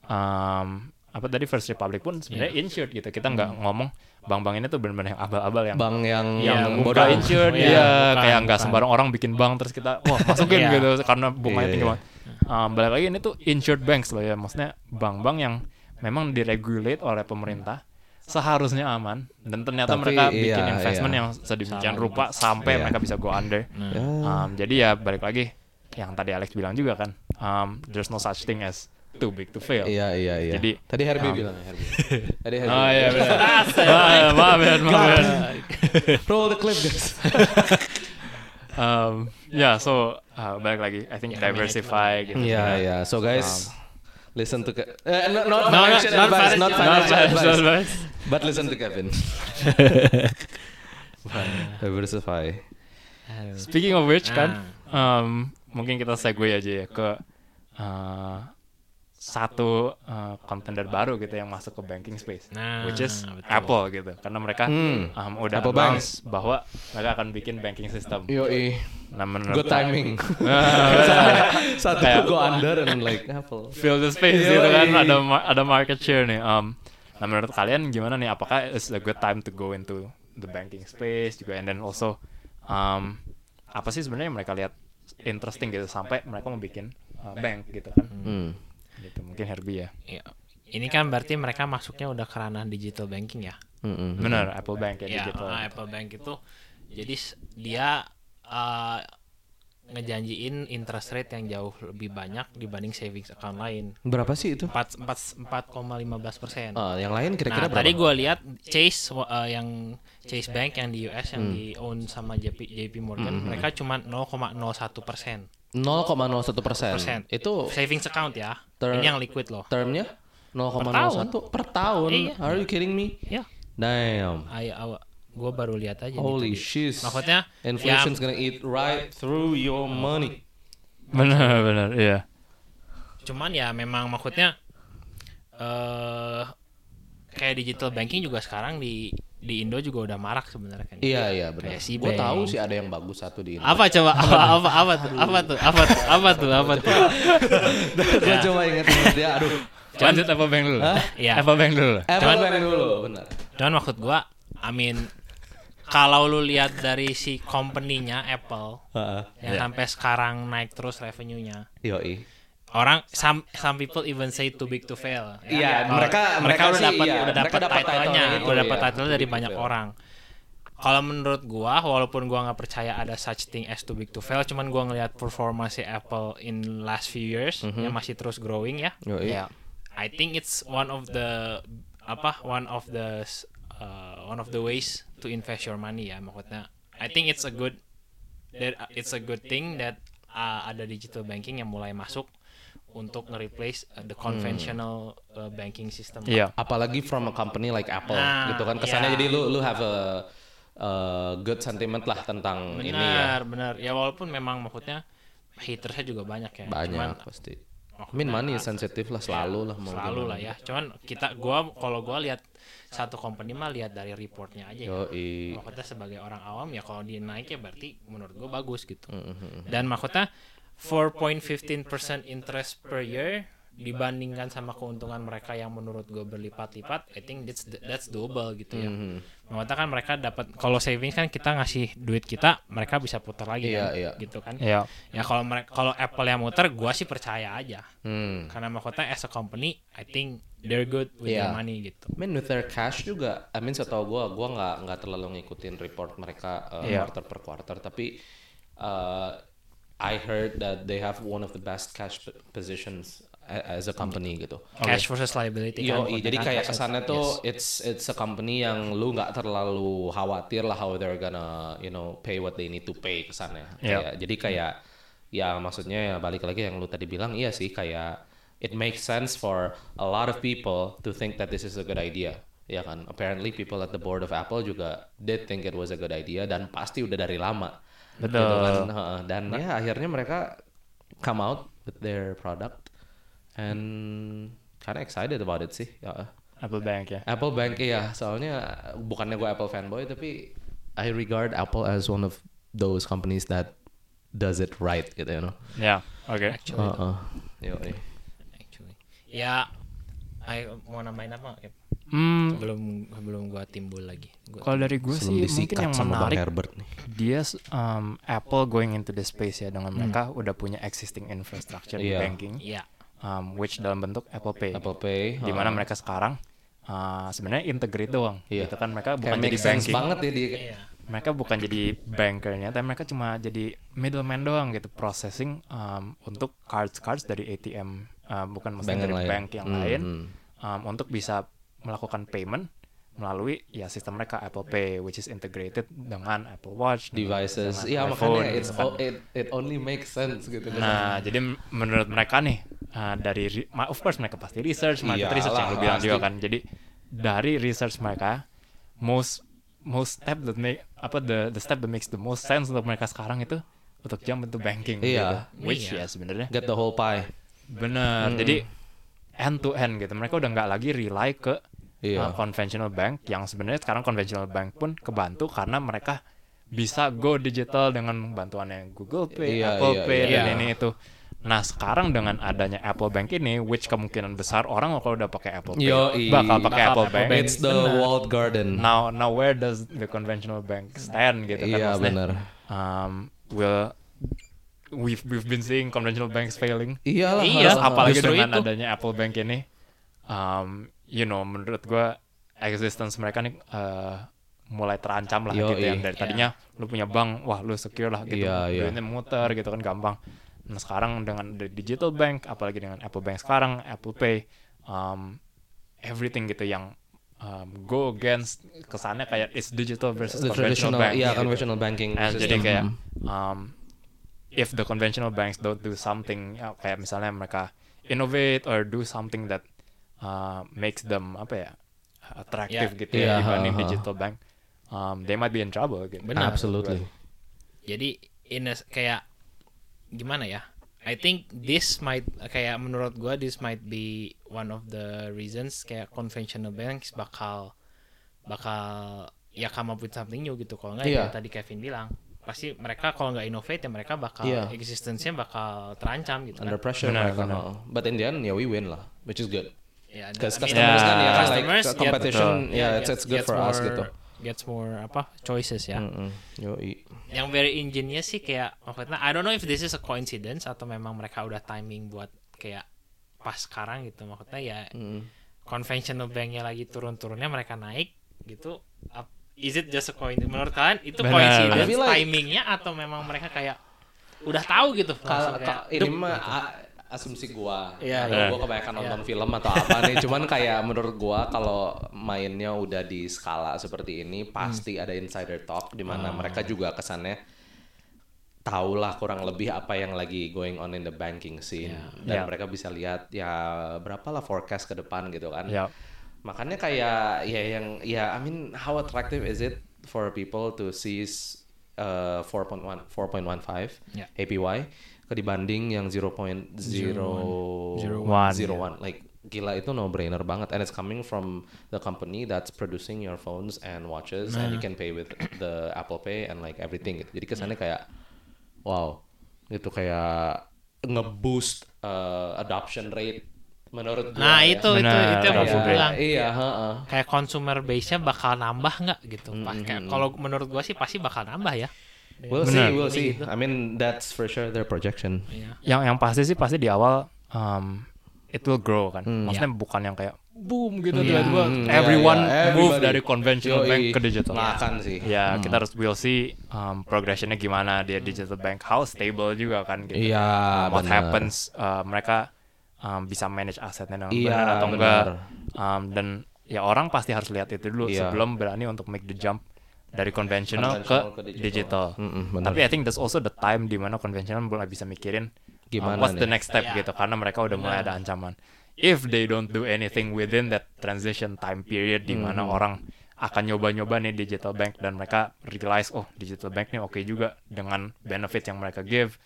um, apa tadi First Republic pun sebenarnya insured gitu kita nggak ngomong bank-bank ini tuh benar-benar yang abal-abal yang Bang yang yang yang buka bodoh. insured Iya, iya, bukan, kayak nggak bukan. sembarang orang bikin bank terus kita wah masukin Iya. gitu karena bunganya Iya, tinggi iya. banget. Um, balik lagi ini tuh insured banks loh ya maksudnya bank-bank yang memang diregulate oleh pemerintah seharusnya aman dan ternyata Tapi, mereka bikin iya, investment iya. yang sedemikian rupa sampai Iya. mereka bisa go under. Ya. Um, jadi ya balik lagi yang tadi Alex bilang juga kan um, there's no such thing as too big to fail. Iya, iya, iya. Jadi, tadi Herbie um, bilang Herbie. Tadi Herbie. Oh iya benar. Maaf, maaf, maaf, maaf. Roll the clip guys. um, yeah, so uh, balik lagi, I think diversify gitu. Iya, ya. iya. So guys listen to Ke- eh, no, not No, no, financial not advice, financial- not not financial Advice, advice. advice. But listen to Kevin. Diversify. Speaking of which kan, Ah. um, mungkin kita segue aja ya ke uh, satu uh, contender baru gitu yang masuk ke banking space, Nah, which is betul. Apple gitu, karena mereka Hmm. um, udah Apple announce bahwa mereka akan bikin banking system. Yoi. Nah, menurut Good timing. Ah, Satu Kayak- go under and like Apple. fill the space gitu Yoi. kan ada ma- ada market share nih um, nah menurut kalian gimana nih apakah it's a good time to go into the banking space juga and then also um, apa sih sebenarnya yang mereka lihat interesting gitu sampai mereka mau bikin uh, bank gitu kan Hmm. gitu mungkin Herbie ya Ya, Ini kan berarti mereka masuknya udah ke ranah digital banking ya. Mm-mm. benar Apple Iya, Bank ya ya digital Iya. Apple Bank itu jadi s- dia eh, ngejanjiin interest rate yang jauh lebih banyak dibanding savings account lain. Berapa sih itu? 4 4 4,15 persen. Eh, yang lain kira-kira nah, berapa? tadi gue lihat Chase uh, yang Chase Bank yang di Hmm. US yang di own sama JP JP Morgan mereka cuma 0,01 persen 0,01 persen. Hmm, Itu savings account ya Ter- ini yang liquid loh termnya 0,01 per tahun. Iya. Are you kidding me? ya Damn. ayo gue baru lihat aja nih Holy tadi. shit. maksudnya Inflation's ya, gonna eat right through your money. benar benar iya cuman ya memang maksudnya eh kayak digital banking juga sekarang di di Indo juga udah marak sebenarnya kan Iya iya benar. Kayak si Gue Bang. tahu sih ada yang bagus satu di Indo. apa coba apa apa apa tuh apa tuh apa tuh apa tuh apa tuh Ya, Gue coba ingat dia. Aduh. lanjut apa bank dulu Iya. apa bank dulu Eh, Cuman- benerin dulu, benar. Cuman maksud gua, I mean kalau lu lihat dari si company-nya Apple Heeh. yang sampai sekarang naik terus revenue-nya. Yoi. Orang some some people even say too big to fail. ya. Iya, Kalau- mereka- mereka udah sih, dapat iya, udah mereka dapat dapat title-nya, title-nya itu, udah dapat iya, title too dari big to banyak fail. orang. Kalau menurut gua, walaupun gua nggak percaya ada such thing as too big to fail, cuman gua ngelihat performa si Apple in last few years Mhm. yang masih terus growing ya. Yoi. Iya. I think it's one of the apa one of the uh, one of the ways to invest your money ya maksudnya. I think it's a good that uh, it's a good thing that uh, ada digital banking yang mulai masuk untuk nge-replace uh, the Hmm. conventional uh, banking system. iya apalagi from a company like Apple Nah, gitu kan kesannya iya. jadi lu lu have a, uh, good sentiment lah tentang Benar, ini ya benar. Ya walaupun memang maksudnya hatersnya juga banyak ya. Cuman, Oh, banyak pasti I mean money is sensitive lah selalu lah kan. mau selalu lah ya. Cuman kita gua kalau gua lihat satu company mah lihat dari reportnya aja. ya. Yoi. Maksudnya sebagai orang awam ya kalau dia naik ya berarti menurut gue bagus gitu. Mm-hmm, Dan maksudnya 4.15% interest per year dibandingkan sama keuntungan mereka yang menurut gue berlipat-lipat, I think that's that's doable gitu ya. Mm-hmm. Maksudnya kan mereka dapat kalau savings kan kita ngasih duit kita, mereka bisa putar lagi Iya, kan, iya. gitu kan. iya Ya kalau mereka kalau Apple yang muter, gue sih percaya aja. Hmm. Karena maksudnya as a company, I think they're good with their Iya. money gitu. I mean with their cash juga, I mean setahu gue, gue nggak nggak terlalu ngikutin report mereka uh, Iya. quarter per quarter, tapi uh, I heard that they have one of the best cash p- positions a- as a company gitu. Cash versus liability. kan, Yo, maksudnya Iya, jadi kan kayak cash versus- kesannya tuh it's it's a company yang lu nggak terlalu khawatir lah how they're gonna you know pay what they need to pay kesannya. Kayak- Iya. jadi kayak ya maksudnya ya balik lagi yang lu tadi bilang iya sih kayak it makes sense for a lot of people to think that this is a good idea. Ya kan, apparently people at the board of Apple juga did think it was a good idea dan pasti udah dari lama. Betul. Gitu kan, heeh. Dan ya akhirnya mereka come out with their product and kinda excited about it sih. Ya. Apple Bank ya Apple Bank ya, soalnya bukannya gue Apple fanboy tapi I regard Apple as one of those companies that does it right gitu you know. iya oke Actually, Heeh. Yoi. actually. Ya, I mau nambahin apa? Ip? hmm Belum belum gua timbul lagi. Gua- kalau dari gue Sebelum sih mungkin disikat yang sama Bang menarik Herbert nih. dia um, Apple going into the space ya dengan mereka udah punya existing infrastructure Hmm. di Iya. banking Iya. um, which dalam bentuk Apple Pay Apple Pay. Ah. di mana mereka sekarang uh, sebenarnya integrate doang Iya. gitu kan mereka bukan Kayak jadi make sense banking banget ya dia. Iya. mereka bukan jadi bankernya tapi mereka cuma jadi middleman doang gitu processing um, untuk cards cards dari ATM uh, Bank bukan maksudnya yang dari lain. bank yang Hmm, lain hmm. um, untuk bisa melakukan payment melalui ya sistem mereka Apple Pay which is integrated dengan Apple Watch Devices. dengan Iya iPhone, makanya it's gitu kan. all- it, it only makes sense gitu. Nah, jadi m- menurut mereka nih uh, dari re- ma- of course mereka pasti research, market Iyalah, research yang lu bilang juga pasti. kan. Jadi dari research mereka most most step that make apa the the step that makes the most sense untuk mereka sekarang itu untuk jump into banking Iya. gitu. Which Iya. ya sebenarnya Get the whole pie. Hmm. bener. Jadi end to end gitu. Mereka udah nggak lagi rely ke Iya. uh, conventional bank yang sebenarnya sekarang conventional bank pun kebantu karena mereka bisa go digital dengan bantuannya Google Pay, Iya, Apple iya, Pay iya. dan ini itu. Nah sekarang dengan adanya Apple Bank ini, which kemungkinan besar orang kalau udah pakai Apple Pay Yoi. bakal pakai Bakal Apple, Apple Bank. It's the walled garden. Now, now where does the conventional bank stand gitu kan? Iya maksudnya. benar. Um, will we've we've been seeing conventional banks failing. Iyalah. Terus heeh. apalagi Justru dengan itu. adanya Apple Bank ini, um, you know, menurut gua existence mereka nih uh, mulai terancam lah Yoi. gitu ya dari tadinya lu punya bank wah lu secure lah gitu Iya, iya. duitnya muter gitu kan gampang nah sekarang dengan ada digital bank apalagi dengan Apple Bank sekarang Apple Pay um, everything gitu yang um, go against kesannya kayak it's digital versus The traditional, conventional bank iya gitu. conventional banking Eh, system. jadi kayak Hmm. um, if the conventional banks don't do something ya, kayak misalnya mereka innovate or do something that uh, makes them apa ya attractive gitu Iya, ya dibanding ha, ha. digital bank um, they might be in trouble gitu. Benar. absolutely. jadi in a, kayak gimana ya I think this might kayak menurut gua this might be one of the reasons kayak conventional banks bakal bakal ya come up with something new gitu kalau nggak Iya. ya tadi Kevin bilang pasti mereka kalau nggak innovate ya mereka bakal Iya. existence-nya bakal terancam gitu Under kan pressure Benar, mereka, benar. oh. But in the end, ya we win lah, which is good. Ya, Because customers kan I mean, ya kan customers, like yeah, competition, betul. ya it's, it's good gets for us more- gitu. Hmm. gets more apa choices ya Mm-mm. Yoi. yang very ingenious sih kayak maksudnya I don't know if this is a coincidence atau memang mereka udah timing buat kayak pas sekarang gitu maksudnya ya Mm. conventional banknya lagi turun-turunnya mereka naik gitu Ap- is it just a coincidence menurut kalian itu Benar. I coincidence feel like- timingnya atau memang mereka kayak udah tahu gitu Kalau langsung kayak, kalau ini dup, mah gitu. a- asumsi gua. Iya, Atau iya. gua kebanyakan nonton film atau apa nih. Cuman kayak menurut gua kalau mainnya udah di skala seperti ini pasti Hmm. ada insider talk di mana mereka juga kesannya tahulah kurang lebih apa yang lagi going on in the banking scene dan Iya. mereka bisa lihat ya berapalah forecast ke depan gitu kan. Iya. Makanya kayak ya yang ya I mean how attractive is it for people to see s- uh, 4.1 4.15 Yeah. APY kedibanding yang 0.001 one, like gila itu no brainer banget and it's coming from the company that's producing your phones and watches and Nah. you can pay with the Apple Pay and like everything gitu. Jadi kesannya kayak wow gitu kayak ngeboost uh, adoption rate menurut gua nah ya. itu itu itu Benar, yang kayak aku gitu. bilang Iya, heeh. kayak consumer base-nya bakal nambah nggak gitu Hmm. Pas- kayak- kalau menurut gua sih pasti bakal nambah ya We'll Iya. Benar. see, we'll see. I mean, that's for sure their projection. Iya. yang yang pasti sih pasti di awal um, it will grow kan maksudnya bukan yang kayak boom Iya. gitu tiba-tiba Ya. Hmm, everyone iya, iya, move everybody. dari conventional Yoi. bank ke digital Makan sih. Ya, kita Hmm. harus we'll see um, progressionnya gimana dia digital bank how stable juga kan gitu. Iya, Um, what benar. happens uh, mereka um, bisa manage asetnya dengan Iya, benar atau benar. enggak. Um, dan ya orang pasti harus lihat itu dulu Iya. sebelum berani untuk make the jump dari konvensional Conventional ke, ke digital. digital. Mm-mm, benar. Tapi I think that's also the time di mana konvensional mulai bisa mikirin um, Gimana what's the nih? next step gitu karena mereka udah mulai ada ancaman. If they don't do anything within that transition time period di mana orang akan nyoba-nyoba nih digital bank dan mereka realize oh digital bank nih oke juga dengan benefit yang mereka give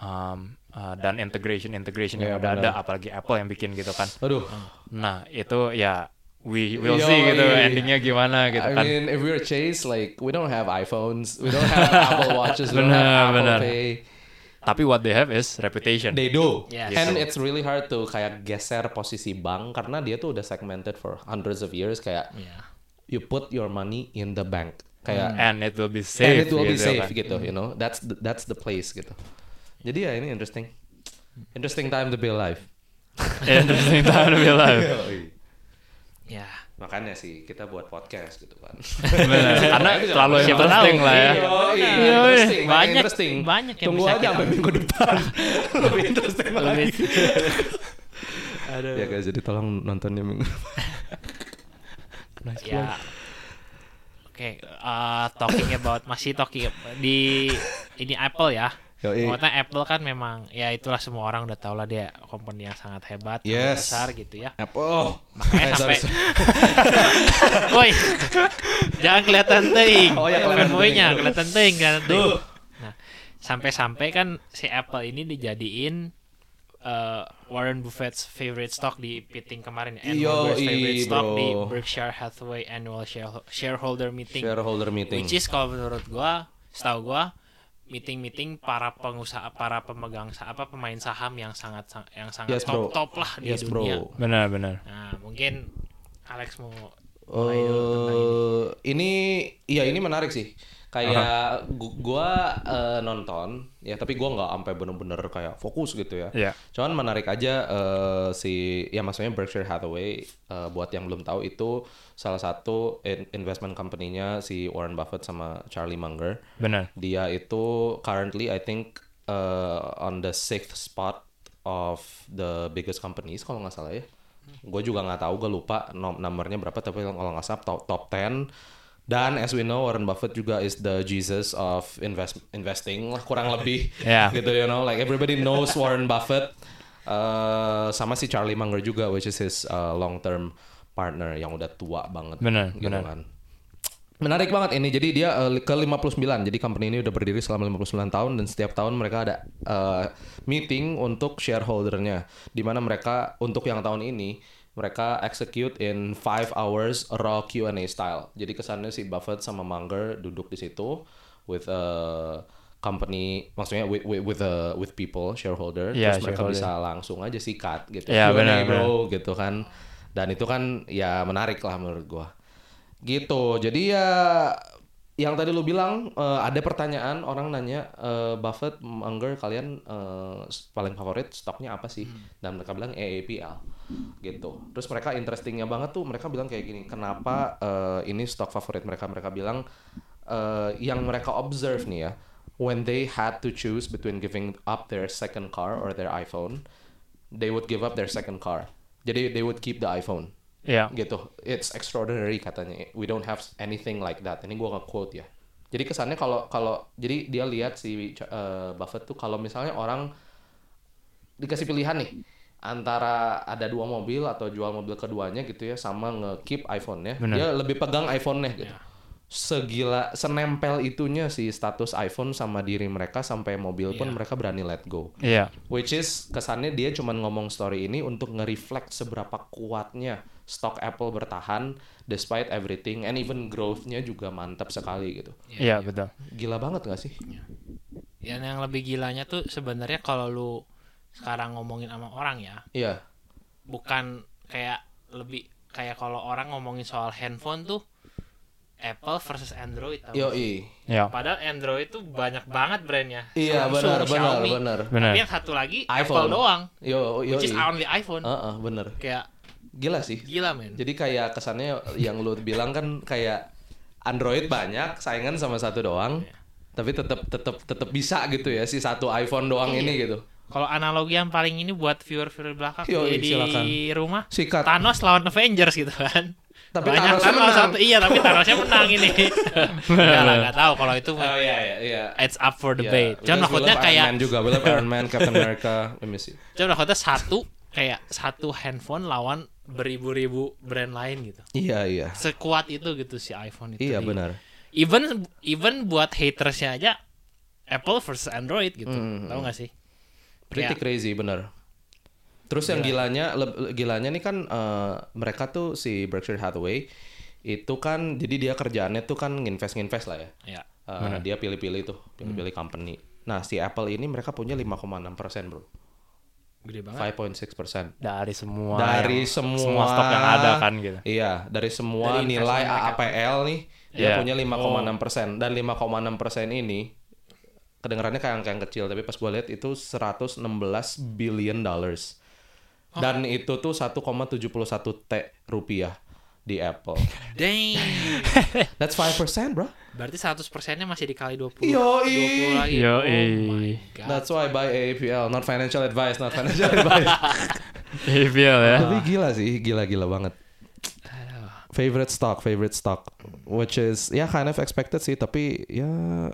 um, uh, dan integration integration yang Iya, udah ada benar. apalagi Apple yang bikin gitu kan. Aduh. Nah, itu ya we will Yo, see gitu iya, iya. endingnya gimana gitu I kan. mean, if we're Chase, like we don't have iPhones, we don't have Apple Watches, we don't have Apple Benar, benar. Pay. Tapi what they have is reputation. They do. Yes. And it's really hard to kayak geser posisi bank karena dia tuh udah segmented for hundreds of years kayak Iya. you put your money in the bank. Hmm. Kayak and it will be safe. and it will be gitu safe kan. gitu, you know. That's the, that's the place gitu. Jadi ya ini interesting. Interesting time to be alive. Interesting time to be alive. ya Makanya sih kita buat podcast gitu kan. Benar. Karena terlalu Siapa interesting tahu. lah ya. Iya. iya, Interesting, banyak banyak- interesting. banyak yang Tunggu bisa aja kita- sampai minggu depan. Lebih interesting lagi. Ya guys, jadi tolong nontonnya minggu depan. ya oke eh, talking about masih talking di ini Apple ya Yoi. Maksudnya Apple kan memang ya itulah semua orang udah tau lah dia company yang sangat hebat sangat Yes. besar gitu ya Apple. eh, makanya sampai woi jangan kelihatan teing Oh, ya, kelihatan Bukan woinya, teing. kelihatan teing kelihatan teing nah sampai-sampai kan si Apple ini dijadiin eh, Warren Buffett's favorite stock di meeting kemarin ya. And Yoi, Warren Buffett's favorite stock di iya, bro. Berkshire Hathaway annual Share- shareholder meeting Shareholder meeting. Which is kalau menurut gua, setahu gua meeting-meeting para pengusaha, para pemegang sa- apa pemain saham yang sangat sang- yang sangat Yes, bro. top top lah di yes, dunia. bro. Benar, benar. Nah, mungkin Alex mau mulai dulu tentang ini. Eh iya, ini ya ini menarik sih. kayak gu- gua eh, nonton ya tapi gua nggak sampai bener-bener kayak fokus gitu ya Iya. cuman menarik aja eh, si ya maksudnya Berkshire Hathaway eh, buat yang belum tahu itu salah satu in- investment company-nya si Warren Buffett sama Charlie Munger Benar. dia itu currently I think uh, on the sixth spot of the biggest companies kalau nggak salah ya. Gue juga nggak tahu, gue lupa nom- nomornya berapa tapi kalau nggak salah top top 10 dan as we know Warren Buffett juga is the Jesus of invest investing lah kurang lebih Yeah. gitu you know like everybody knows Warren Buffett Uh, sama si Charlie Munger juga which is his long term partner yang udah tua banget Bener, gitu bener. kan. Menarik banget ini. Jadi dia eh, ke 59. Jadi company ini udah berdiri selama 59 tahun dan setiap tahun mereka ada eh, meeting untuk shareholdernya di mana mereka untuk yang tahun ini mereka execute in 5 hours raw Q&A style. Jadi kesannya si Buffett sama Munger duduk di situ with a company maksudnya with with with, a- with people shareholder Iya, terus mereka shareholder. bisa langsung aja sikat gitu. Q&A, Iya, benar, bro, gitu kan dan itu kan ya menarik lah menurut gua gitu jadi ya yang tadi lu bilang eh, ada pertanyaan orang nanya eh, Buffett Munger kalian eh, s- paling favorit stoknya apa sih Hmm. dan mereka bilang EAPL gitu terus mereka interestingnya banget tuh mereka bilang kayak gini kenapa eh, ini stok favorit mereka mereka bilang eh, yang mereka observe nih ya when they had to choose between giving up their second car or their iPhone they would give up their second car jadi they would keep the iPhone Iya. gitu it's extraordinary katanya we don't have anything like that ini gua nggak quote ya jadi kesannya kalau kalau jadi dia lihat si uh, Buffett tuh kalau misalnya orang dikasih pilihan nih antara ada dua mobil atau jual mobil keduanya gitu ya sama nge-keep iPhone-nya Bener. dia lebih pegang iPhone-nya gitu segila senempel itunya si status iPhone sama diri mereka sampai mobil pun mereka berani let go Iya. Which is kesannya dia cuman ngomong story ini untuk nge-reflect seberapa kuatnya stok Apple bertahan despite everything and even growth-nya juga mantap sekali gitu. Iya, betul. Gila banget gak sih? Dan yang lebih gilanya tuh sebenarnya kalau lu sekarang ngomongin sama orang ya, Iya. bukan kayak lebih kayak kalau orang ngomongin soal handphone tuh Apple versus Android. tau gak sih? Yoi. Iya. Padahal Android tuh banyak banget brandnya. Iya Samsung, benar benar Xiaomi. benar. Benar. Tapi yang satu lagi Apple iPhone. doang, Yo yo. iya. which is only iPhone. bener. Kayak Gila sih. gila men. Jadi kayak kesannya yang lu bilang kan kayak Android banyak saingan sama satu doang. Iya. Tapi tetap tetap tetap bisa gitu ya si satu iPhone doang Iya. ini gitu. Kalau analogi yang paling ini buat viewer-viewer belakang Yoi, di, di iya, silakan. rumah, Sikat. Thanos lawan Avengers gitu kan. Tapi Banyak Thanos Thanos menang. satu- iya tapi Thanosnya menang ini. Enggak lah, enggak tahu kalau itu Oh iya iya iya. it's up for Ya, debate. because Cuman maksudnya we love kayak Iron Man juga, we love Iron Man, Captain America, let me see. cuman maksudnya satu kayak satu handphone lawan beribu-ribu brand lain gitu. Iya iya. Sekuat itu gitu si iPhone itu. Iya nih. benar. Even even buat hatersnya aja Apple versus Android gitu. Hmm. tahu gak sih? Pretty Kayak- crazy benar. Ya. Terus yang gilanya leb- gilanya nih kan eh, mereka tuh si Berkshire Hathaway itu kan jadi dia kerjaannya tuh kan nginvest-nginvest lah ya. Ya. Eh, dia pilih-pilih tuh, pilih-pilih company. Nah, si Apple ini mereka punya 5,6%, Bro. Gede banget. 5.6%. Dari semua dari yang- semua semua stok yang ada kan gitu. Iya, dari semua Dari nilai investment mereka. Oh. APL nih dia Iya. punya 5,6 persen dan 5,6 persen ini kedengarannya kayak angka yang kecil tapi pas gue lihat itu 116 billion dollars dan itu tuh 1,71 t rupiah di Apple. Dang. That's 5 persen, bro. Berarti 100 persennya masih dikali 20 Yoi. 20 lagi Yoi. Oh my god That's why buy APL, not financial advice, not financial advice. Evil ya. Tapi gila sih, gila-gila banget. Favorite stock, favorite stock, which is ya kind of expected sih, tapi ya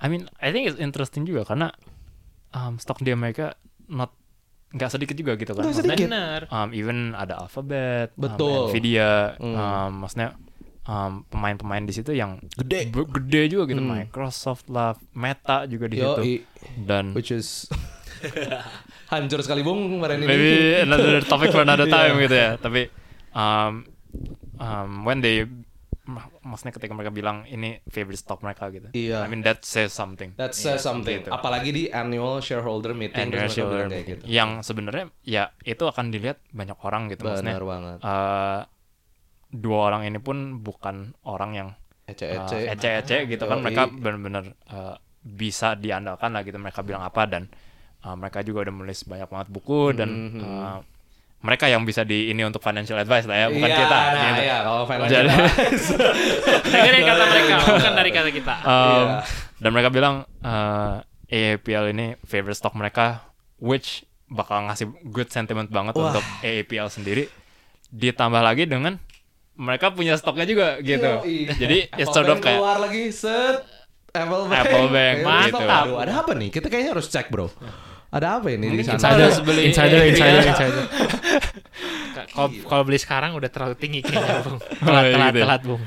I mean, I think it's interesting juga karena um, stok di Amerika not nggak sedikit juga gitu kan. Nggak Maksudnya, sedikit. Bener um, even ada Alphabet, um, Betul. Nvidia, Hmm. um, maksudnya um, pemain-pemain di situ yang Gede. b- gede juga gitu. Hmm. Microsoft lah, Meta juga di situ. Yoi. Dan which is hancur sekali bung kemarin ini. maybe another topic for another time gitu ya tapi um, um, when they mak- maksudnya ketika mereka bilang ini favorite stock mereka gitu Iya. I mean that says something That says uh, something. gitu. Apalagi di annual shareholder meeting and terus mereka racial bilang kayak gitu. yang sebenarnya ya itu akan dilihat banyak orang gitu maksudnya Benar banget. eh, dua orang ini pun bukan orang yang Ece-ece. Eh, ece-ece gitu kan Yoi. mereka benar-benar eh, bisa diandalkan lah gitu mereka bilang apa dan eh, mereka juga udah menulis banyak banget buku Hmm, dan eh, mereka yang bisa di ini untuk financial advice lah ya bukan Iya, kita Nah, gitu. iya, kalau financial Jadi- Dengerin kata mereka, bukan dari kata kita. Um, dan mereka bilang eh AAPL ini favorite stock mereka which bakal ngasih good sentiment banget untuk AAPL sendiri ditambah lagi dengan mereka punya stoknya juga gitu Yoi. jadi it's Iya. Apple sort of Bank kayak keluar lagi set Apple Bank. Apple Bank, Mantap. gitu. Aduh, ada apa nih? Kita kayaknya harus cek, Bro. Ada apa ini di sana? Insiders beli insider Iya. insider insider. Ka- Kalau kalau beli sekarang udah terlalu tinggi kayaknya, Bung. Oh, iya Telat-telat gitu. telat, Bung.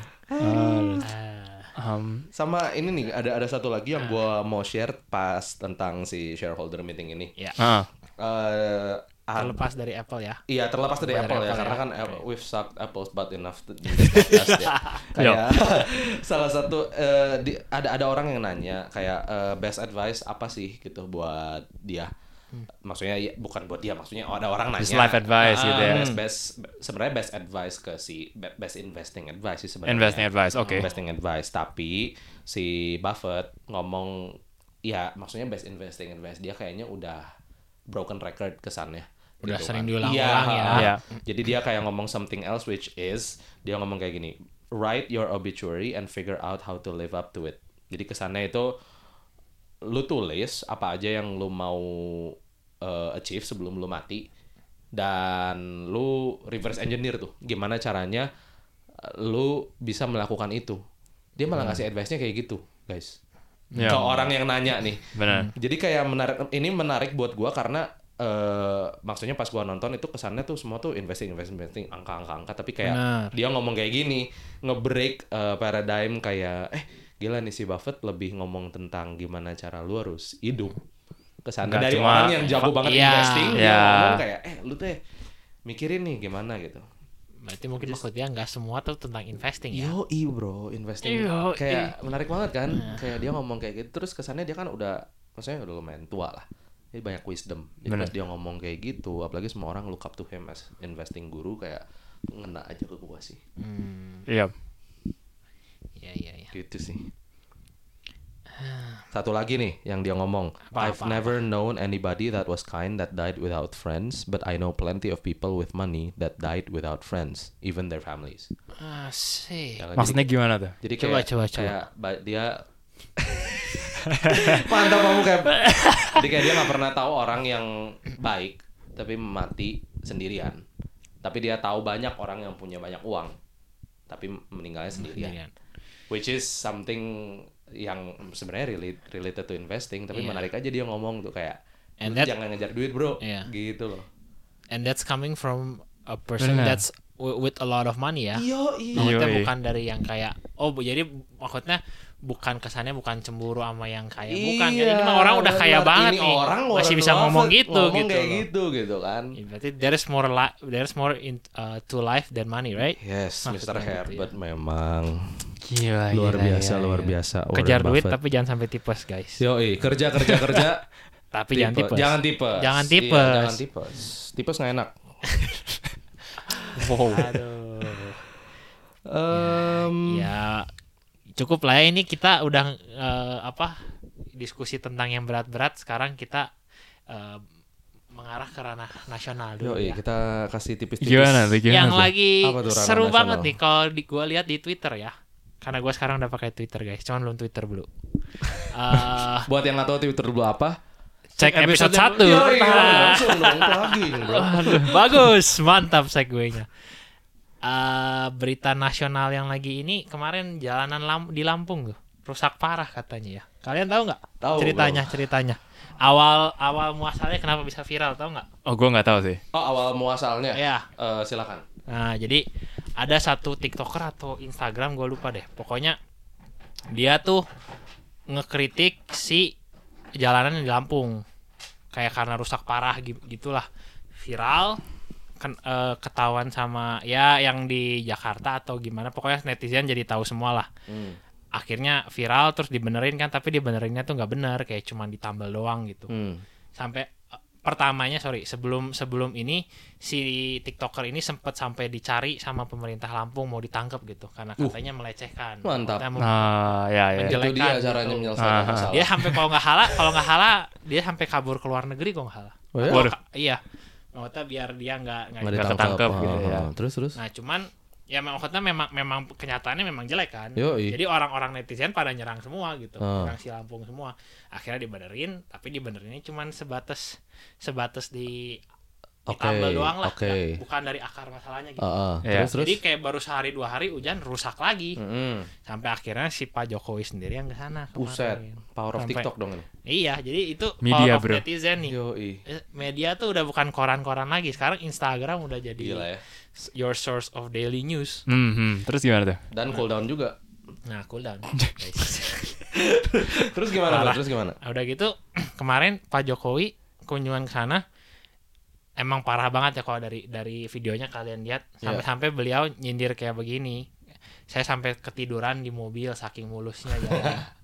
um, Sama ini nih, ada ada satu lagi Ah. yang gua mau share pas tentang si shareholder meeting ini. Ya. ah, Eh, ad- Terlepas dari Apple ya. Iya terlepas dari Dari Apple, ya, Apple karena ya. kan Apple, we've sucked apples but enough to in this podcast ya. Kayak salah satu eh, di, ada ada orang yang nanya kayak eh, best advice apa sih gitu buat dia. Hmm. Maksudnya ya, bukan buat dia, maksudnya ada orang nanya. Ah, Just life advice gitu ya. Hmm. Best, best sebenarnya best advice ke si be- best investing advice sih sebenarnya. investing advice oke Investing advice, tapi si Buffett ngomong ya maksudnya best investing advice dia kayaknya udah broken record kesannya. Udah Gitu sering kan. diulang-ulang Iya, ya. Iya. Jadi dia kayak ngomong something else which is dia ngomong kayak gini, write your obituary and figure out how to live up to it. Jadi kesannya itu lu tulis apa aja yang lu mau uh, achieve sebelum lu mati dan lu reverse engineer tuh gimana caranya uh, lu bisa melakukan itu dia malah ngasih advice-nya kayak gitu guys Ya. ke orang yang nanya nih Benar. jadi kayak menarik ini menarik buat gua karena eh maksudnya pas gua nonton itu kesannya tuh semua tuh investing investing investing angka angka angka tapi kayak Benar. dia ngomong kayak gini ngebreak eh, paradigm kayak eh gila nih si Buffett lebih ngomong tentang gimana cara lu harus hidup kesannya Nggak dari cuma- orang yang jago banget Iya, investing dia iya. ngomong kayak eh lu teh mikirin nih gimana gitu Berarti mungkin maksudnya nggak semua tuh tentang investing ya. Iya. Yo i bro, investing Iya, Yoi. kayak menarik banget kan? Kayak dia ngomong kayak gitu terus kesannya dia kan udah maksudnya udah lumayan tua lah. Jadi banyak wisdom. Jadi Bener. pas dia ngomong kayak gitu, apalagi semua orang look up to him as investing guru kayak ngena aja ke gua sih. Hmm. iya Iya iya iya. Gitu sih. Satu lagi nih yang dia ngomong, Apa, I've apa, never known anybody that was kind that died without friends, but I know plenty of people with money that died without friends, even their families. Asik. Ya kan? Jadi maksudnya gimana tuh Jadi Coba, kayak, coba, coba. kayak ba- dia mantap kamu kayak. Jadi kayak dia nggak pernah tahu orang yang baik tapi mati sendirian. Tapi dia tahu banyak orang yang punya banyak uang tapi meninggalnya Iya. sendirian. Sendirian. Which is something yang sebenarnya relate, related to investing tapi Iya. menarik aja dia ngomong tuh kayak "Lu And that- jangan ngejar duit bro Iya. gitu loh. And that's coming from a person Benar. that's wi- with a lot of money ya. Iya. Yo Maksudnya Yoi. bukan dari yang kayak oh bu- jadi maksudnya bukan kesannya bukan cemburu sama yang kaya bukan kan Iya, ini mah orang udah kaya banget nih masih bisa ngomong gitu ngomong gitu, kayak loh. gitu gitu kan. Ya, berarti there is more li- there is more in, uh, to life than money right Yes, Mr. Maksudnya gitu Herbert memang gila luar biasa, luar biasa. Warren kejar duit Buffett. tapi jangan sampai tipes guys Yoi, kerja kerja kerja. tapi jangan tipes Jangan tipes. Jangan Iya, tipes. jangan tipes. Tipes nggak enak. Oh. wow aduh Em, ya cukup lah ya ini kita udah eh, apa diskusi tentang yang berat-berat sekarang kita eh, mengarah ke ranah nasional dulu Yoi, ya. kita kasih tipis-tipis. gimana tuh gimana yang tuh? lagi Apa tuh ranah seru nasional? banget nih kalau di gue lihat di Twitter ya karena gue sekarang udah pakai Twitter guys cuman belum Twitter dulu Eh, Buat yang nggak tahu Twitter dulu apa? cek episode Nah. 1 Yoi, langsung dong plugging, bro. bagus mantap seguenya Eh, berita nasional yang lagi ini kemarin jalanan Lam- di Lampung tuh rusak parah katanya ya kalian tahu nggak Tahu, ceritanya ceritanya awal awal muasalnya kenapa bisa viral tahu nggak oh gue nggak tahu sih Oh, awal muasalnya. Iya. Eh, silakan. Nah, jadi ada satu TikToker atau Instagram gue lupa deh. Pokoknya dia tuh ngekritik si jalanan di Lampung. Kayak karena rusak parah gi- gitulah. Viral ken- eh, ketahuan sama ya yang di Jakarta atau gimana. Pokoknya netizen jadi tahu semua lah. Hmm. Akhirnya viral terus dibenerin kan, tapi dibenerinnya tuh nggak bener, kayak cuman ditambal doang gitu. Hmm. Sampai eh, pertamanya sorry sebelum sebelum ini si tiktoker ini sempat sampai dicari sama pemerintah Lampung mau ditangkap gitu karena katanya melecehkan Uh. mantap. Nah. Katanya mem- Nah, ya ya. Menjel- Itu dia Jelekkan, caranya gitu. menyelesaikan Aha. masalah. dia sampai kalau nggak salah kalau nggak salah dia sampai kabur ke luar negeri kalau nggak salah Oh ya? Atau- Waduh. iya maksudnya biar dia nggak nggak Nggak Nggak ditangkap. ketangkep Oh, gitu ya. Terus terus. Nah, cuman ya maksudnya memang memang kenyataannya memang jelek kan. Yoi. Jadi orang-orang netizen pada nyerang semua gitu, Ah. nyerang si Lampung semua. Akhirnya dibenerin, tapi dibenerinnya cuman sebatas sebatas di Oke, ditambal doang lah, oke. nggak- bukan dari akar masalahnya gitu. Ah, ah. Terus Iya. terus. Hmm. Jadi kayak baru sehari dua hari hujan rusak lagi Mm-mm. sampai akhirnya si Pak Jokowi sendiri yang ke sana Buset, kemarin. power of Sampai- TikTok dong ini. Iya, jadi itu Media, power of bro. netizen nih. Yoi. Eh, Media tuh udah bukan koran-koran lagi, sekarang Instagram udah jadi Gila ya. your source of daily news. Hmm, hmm. Terus gimana tuh? Dan cooldown juga. Nah, cooldown. Terus gimana? Bro? Parah. Terus gimana? Nah, udah gitu kemarin Pak Jokowi kunjungan ke sana emang parah banget ya kalau dari dari videonya kalian lihat Iya. sampai-sampai beliau nyindir kayak begini. Saya sampai ketiduran di mobil saking mulusnya jalan.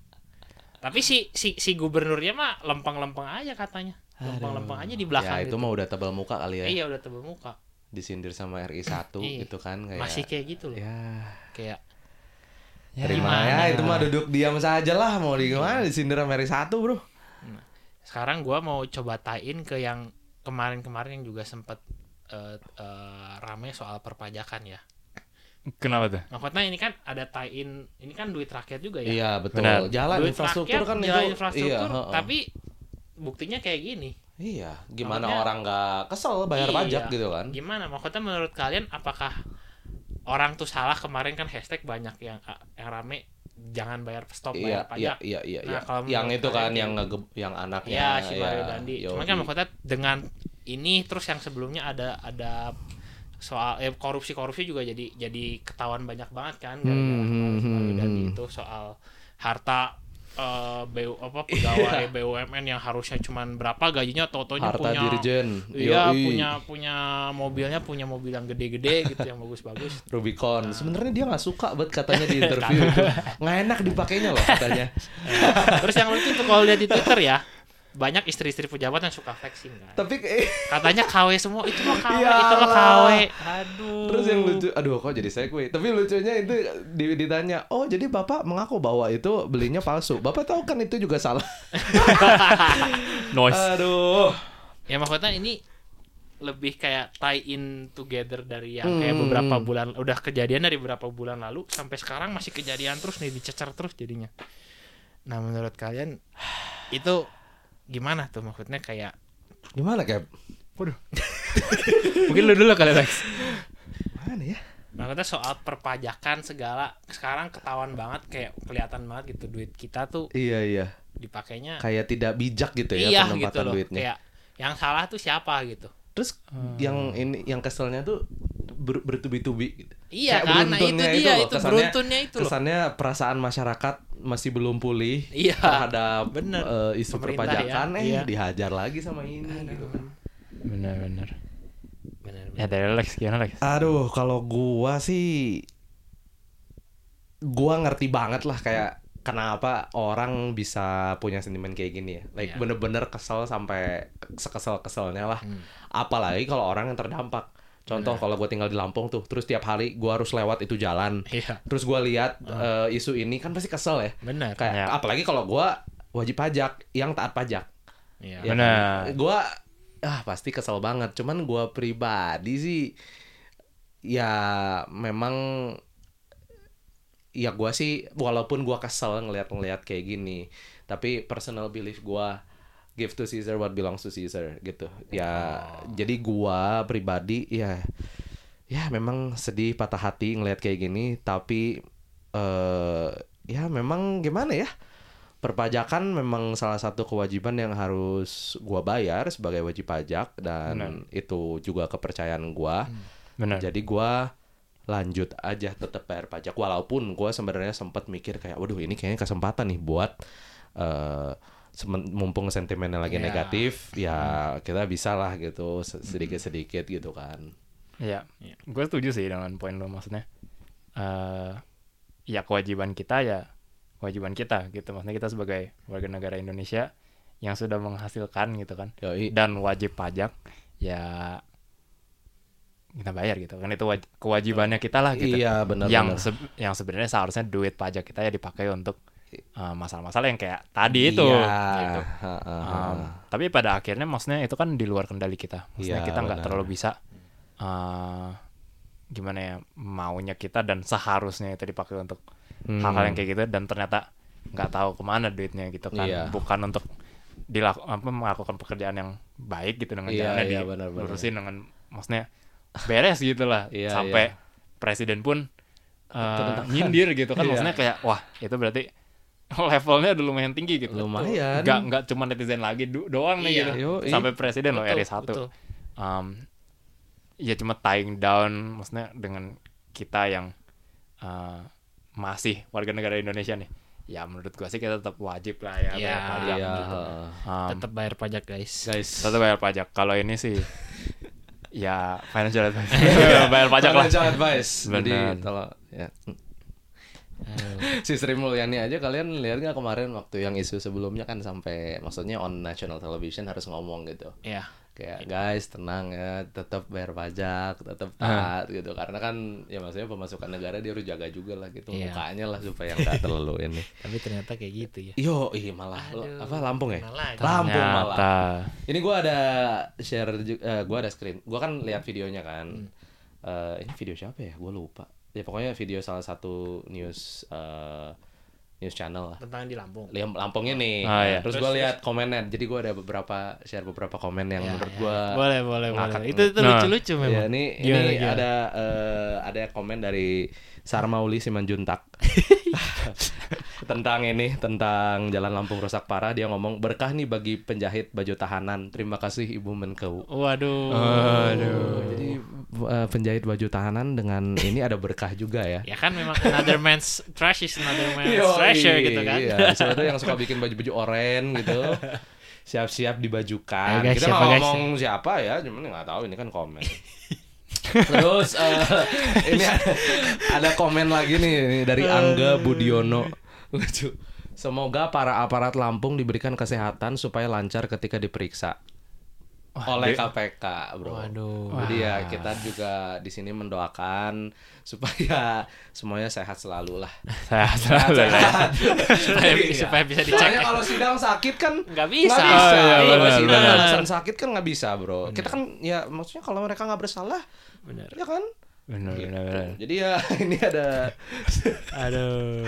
Tapi si si si gubernurnya mah lempeng-lempeng aja katanya. Lempeng-lempeng aja di Ya belakang itu gitu. mah udah tebal muka kali ya. Iya udah tebel muka. Disindir sama RI 1 Iya. gitu kan kayak. Masih kayak gitu loh. Ya. Kayak gitu. Terima ya, itu mah duduk diam saja lah mau di gimana disindir sama RI 1, Bro. sekarang gua mau coba tain ke yang kemarin-kemarin yang juga sempat eh, eh, rame soal perpajakan ya. Kenapa tuh? Maksudnya ini kan ada tie-in, ini kan duit rakyat juga ya. Iya, betul. Benar. Jalan duit infrastruktur rakyat, kan jalan itu. infrastruktur, heeh. tapi buktinya kayak gini. Iya, gimana Makanya- orang nggak kesel bayar Iya. pajak gitu kan? Gimana? Maksudnya menurut kalian apakah orang tuh salah kemarin kan hashtag banyak yang yang rame jangan bayar stop Iya, bayar iya, pajak. iya, iya, Nah, iya. kalau yang menurut itu kan kalian yang ngege- yang anaknya. Ya, si Mario Dandi. yoi. Cuman kan maksudnya dengan ini terus yang sebelumnya ada ada soal eh, korupsi-korupsi juga jadi jadi ketahuan banyak banget kan gara-gara Hmm, si Mario hmm, Dandi hmm. itu soal harta eh, BU apa pegawai BUMN yang harusnya cuman berapa gajinya Iya. totonya harta punya dirjen. Iya yoi. punya punya mobilnya punya mobil yang gede-gede gitu yang bagus-bagus. Nah. Rubicon. Sebenarnya dia nggak suka buat katanya di interview itu. Nggak enak dipakainya loh katanya. Terus yang lucu tuh kalau lihat di Twitter ya banyak istri-istri pejabat yang suka flexing kan. Tapi eh, Katanya KW semua itu mah KW Iya itu mah Iyalah. KW. Aduh. terus yang lucu, aduh kok jadi segue. Tapi lucunya itu di- ditanya, "Oh, jadi Bapak mengaku bahwa itu belinya palsu. Bapak tahu kan itu juga salah." Noise. aduh. Ya maksudnya ini lebih kayak tie in together dari Hmm. yang kayak beberapa bulan udah kejadian dari beberapa bulan lalu sampai sekarang masih kejadian terus nih dicecer terus jadinya. Nah menurut kalian itu gimana tuh maksudnya kayak Gimana, Cap? Mungkin lu dulu kali Lex. Mana ya? Maksudnya soal perpajakan segala sekarang ketahuan banget kayak kelihatan banget gitu duit kita tuh Iya, iya. dipakainya Kayak tidak bijak gitu ya iya penempatan gitu loh. duitnya. Kayak yang salah tuh siapa gitu. Terus yang ini yang keselnya tuh ber- bertubi-tubi gitu. Iya Kayak kan, nah, beruntunnya itu dia, loh, itu beruntunnya itu loh. Kesannya perasaan masyarakat masih belum pulih Iya, terhadap bener. eh, isu Pemerintah perpajakan ya, eh iya. dihajar lagi sama ini gitu kan. Benar benar. Benar. Ya dari Lex gimana Lex? Aduh, kalau gua sih gua ngerti banget lah kayak kenapa orang bisa punya sentimen kayak gini ya. Like Iya. bener-bener kesel sampai sekesel-keselnya lah. Hmm, Apalagi kalau orang yang terdampak. Contoh kalau gua tinggal di Lampung tuh, terus tiap hari gua harus lewat itu jalan. Iya. Terus gua lihat eh, isu ini kan pasti kesel ya. Benar. Kayak Iya. apalagi kalau gua wajib pajak, yang taat pajak. Iya. Ya Benar. kan? Gua ah pasti kesel banget. Cuman gua pribadi sih ya memang ya gua sih walaupun gua kesel ngeliat-ngeliat kayak gini, tapi personal belief gua give to Caesar what belongs to Caesar gitu. Ya jadi gua pribadi ya ya memang sedih patah hati ngeliat kayak gini, tapi eh ya memang gimana ya? perpajakan memang salah satu kewajiban yang harus gua bayar sebagai wajib pajak dan itu juga kepercayaan gua. Benar. Jadi gua lanjut aja tetap bayar pajak walaupun gua sebenarnya sempat mikir kayak waduh ini kayaknya kesempatan nih buat eh semen- mumpung sentimennya lagi Ya. negatif ya kita bisa lah gitu se- sedikit-sedikit gitu kan. Iya. Iya. Gue setuju sih dengan poin lo maksudnya. eh ya kewajiban kita ya kewajiban kita gitu maksudnya kita sebagai warga negara Indonesia yang sudah menghasilkan gitu kan Yoi. dan wajib pajak ya kita bayar gitu kan itu waj- kewajibannya kita lah gitu Iya, benar, yang benar. se- yang sebenarnya seharusnya duit pajak kita ya dipakai untuk uh, masalah-masalah yang kayak tadi itu Iya. gitu. Ha, ha, ha. Um, tapi pada akhirnya maksudnya itu kan di luar kendali kita maksudnya Iya, kita benar. nggak terlalu bisa uh, gimana ya maunya kita dan seharusnya itu dipakai untuk hal-hal Hmm. yang kayak gitu dan ternyata nggak tahu kemana duitnya gitu kan Iya. bukan untuk dilaku, apa, melakukan pekerjaan yang baik gitu dengan Iya, caranya iya, benar, benar. dilurusin dengan maksudnya beres gitu lah Iya, sampai presiden pun uh, nyindir gitu Iya. kan maksudnya kayak wah itu berarti levelnya udah lumayan tinggi gitu Lumayan. nggak nggak cuma netizen lagi do- doang nih Iya. gitu Yoi. sampai presiden loh Betul, ri satu betul. um, ya cuma tying down maksudnya dengan kita yang uh, masih warga negara Indonesia nih ya menurut gua sih kita tetap wajib lah ya Iya. bayar pajak Iya. gitu. Um, tetap bayar pajak guys Guys. tetap bayar pajak kalau ini sih ya financial advice bayar pajak lah Financial advice. Jadi Benar. kalau ya. si Sri Mulyani aja kalian lihat nggak kemarin waktu yang isu sebelumnya kan sampai maksudnya on national television harus ngomong gitu. ya Kayak guys tenang ya, tetap bayar pajak, tetap taat gitu. Karena kan ya maksudnya pemasukan negara dia harus jaga juga lah gitu Iya. mukanya lah supaya nggak terlalu ini. tapi ternyata kayak gitu ya Yo, ih malah apa Lampung ya? Malah. Lampung malah. ternyata Ini gua ada share ju- eh, gua ada screen. Gua kan lihat videonya kan. Eh, ini video siapa ya? Gua lupa. Ya pokoknya video salah satu news eh, news channel lah. tentang di Lampung Liam Lampung ini. Ah, iya. Nah, Terus gua lihat komennya. Jadi gua ada beberapa share beberapa komen yang menurut gua boleh boleh boleh itu itu Nah. lucu lucu Ya, memang ini Gimana, ini gimana? ada eh, ada komen dari Sarmauli Simanjuntak tentang ini tentang Jalan Lampung rusak parah dia ngomong berkah nih bagi penjahit baju tahanan terima kasih Ibu Menkeu. waduh Jadi eh, penjahit baju tahanan dengan ini ada berkah juga ya. ya kan memang another man's trash is another man's Yoi, treasure gitu kan Iya, siapa tuh yang suka bikin baju-baju oren gitu. Siap-siap dibajukan. Ayo Iya, guys, Kita siapa mau guys? ngomong siapa ya, cuman nggak tahu ini kan komen. Terus eh, ini ada, ada komen lagi nih ini dari Angga Budiono. Lucu. Semoga para aparat Lampung diberikan kesehatan supaya lancar ketika diperiksa oleh dia- KPK, bro. Jadi ya kita juga di sini mendoakan supaya semuanya sehat selalu lah. saya selalu ya. supaya, supaya bisa dicek Iya. Soalnya kalau sidang sakit kan Nggak bisa. Nggak bisa. Oh, iya, Iya, kalau benar, sidang benar. alasan sakit kan nggak bisa, bro. Kita kan ya maksudnya kalau mereka nggak bersalah, Benar. ya kan? benar benar benar Jadi ya ini ada aduh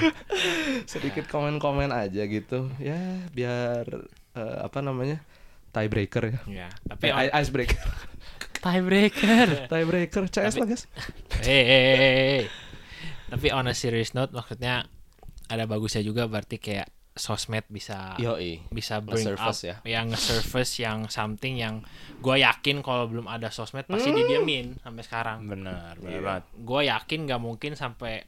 sedikit komen-komen aja gitu. Ya biar eh, apa namanya? tiebreaker ya. ya tapi Eh, i- icebreaker. tiebreaker tiebreaker CS lah, guys. hey, hey, hey, hey. tapi on a serious note maksudnya ada bagusnya juga berarti kayak sosmed bisa Yoi. bisa bring up Nge-surface ya. yang nge-surface yang something yang gue yakin kalau belum ada sosmed Hmm. pasti didiamin sampai sekarang benar benar banget gue yakin gak mungkin sampai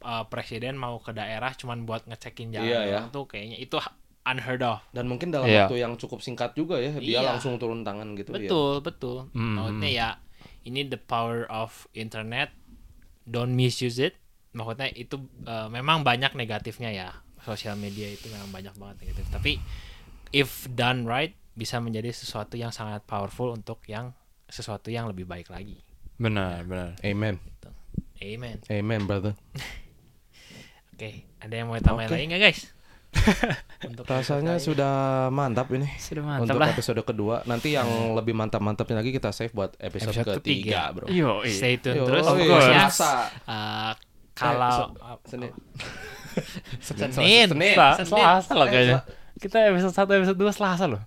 uh, presiden mau ke daerah cuman buat ngecekin jalan Iya, ya. orang tuh kayaknya itu ha- unheard of Dan mungkin dalam Iya. waktu yang cukup singkat juga ya, dia Iya. langsung turun tangan gitu ya. betul betul Mm. maksudnya ya ini the power of internet don't misuse it maksudnya itu uh, memang banyak negatifnya ya sosial media itu memang banyak banget negatif tapi if done right bisa menjadi sesuatu yang sangat powerful untuk yang sesuatu yang lebih baik lagi benar benar Amen. amen Amen, brother. oke ada yang mau Oke. tambahin lagi nggak guys untuk Rasanya sudah mantap ini. Sudah mantap Untuk lah. episode kedua. Nanti yang lebih mantap-mantapnya lagi kita save buat episode, Iya. Episode ketiga, ketiga. bro. yo Stay tune Yo, oh, iya, terus. of Of course. ya. Selasa. Eh, kalau Senin. Senin, Senin. Selasa, Senin. Selasa loh Eh, kayaknya. Kita episode 1 episode 2 Selasa loh.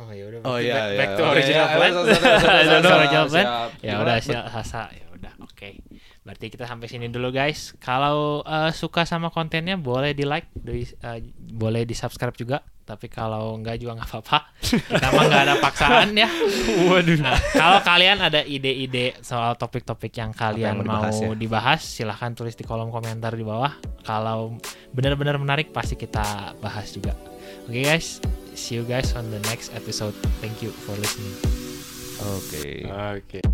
Oh ya udah. Oh iya, iya. Back to Oke, original iya, iya, plan. iya, iya, iya, Back to iya, original iya, plan. siap. Ya Gimana? udah siap Selasa. Ya udah, oke. Berarti kita sampai sini dulu guys. Kalau eh, suka sama kontennya boleh di like, di, eh, boleh di subscribe juga. Tapi kalau enggak juga nggak apa-apa. Kita mah nggak ada paksaan ya. Waduh. kalau kalian ada ide-ide soal topik-topik yang kalian yang mau dibahas, ya? mau dibahas, silahkan tulis di kolom komentar di bawah. Kalau benar-benar menarik pasti kita bahas juga. Oke guys, see you guys on the next episode. Thank you for listening. Oke. Oke.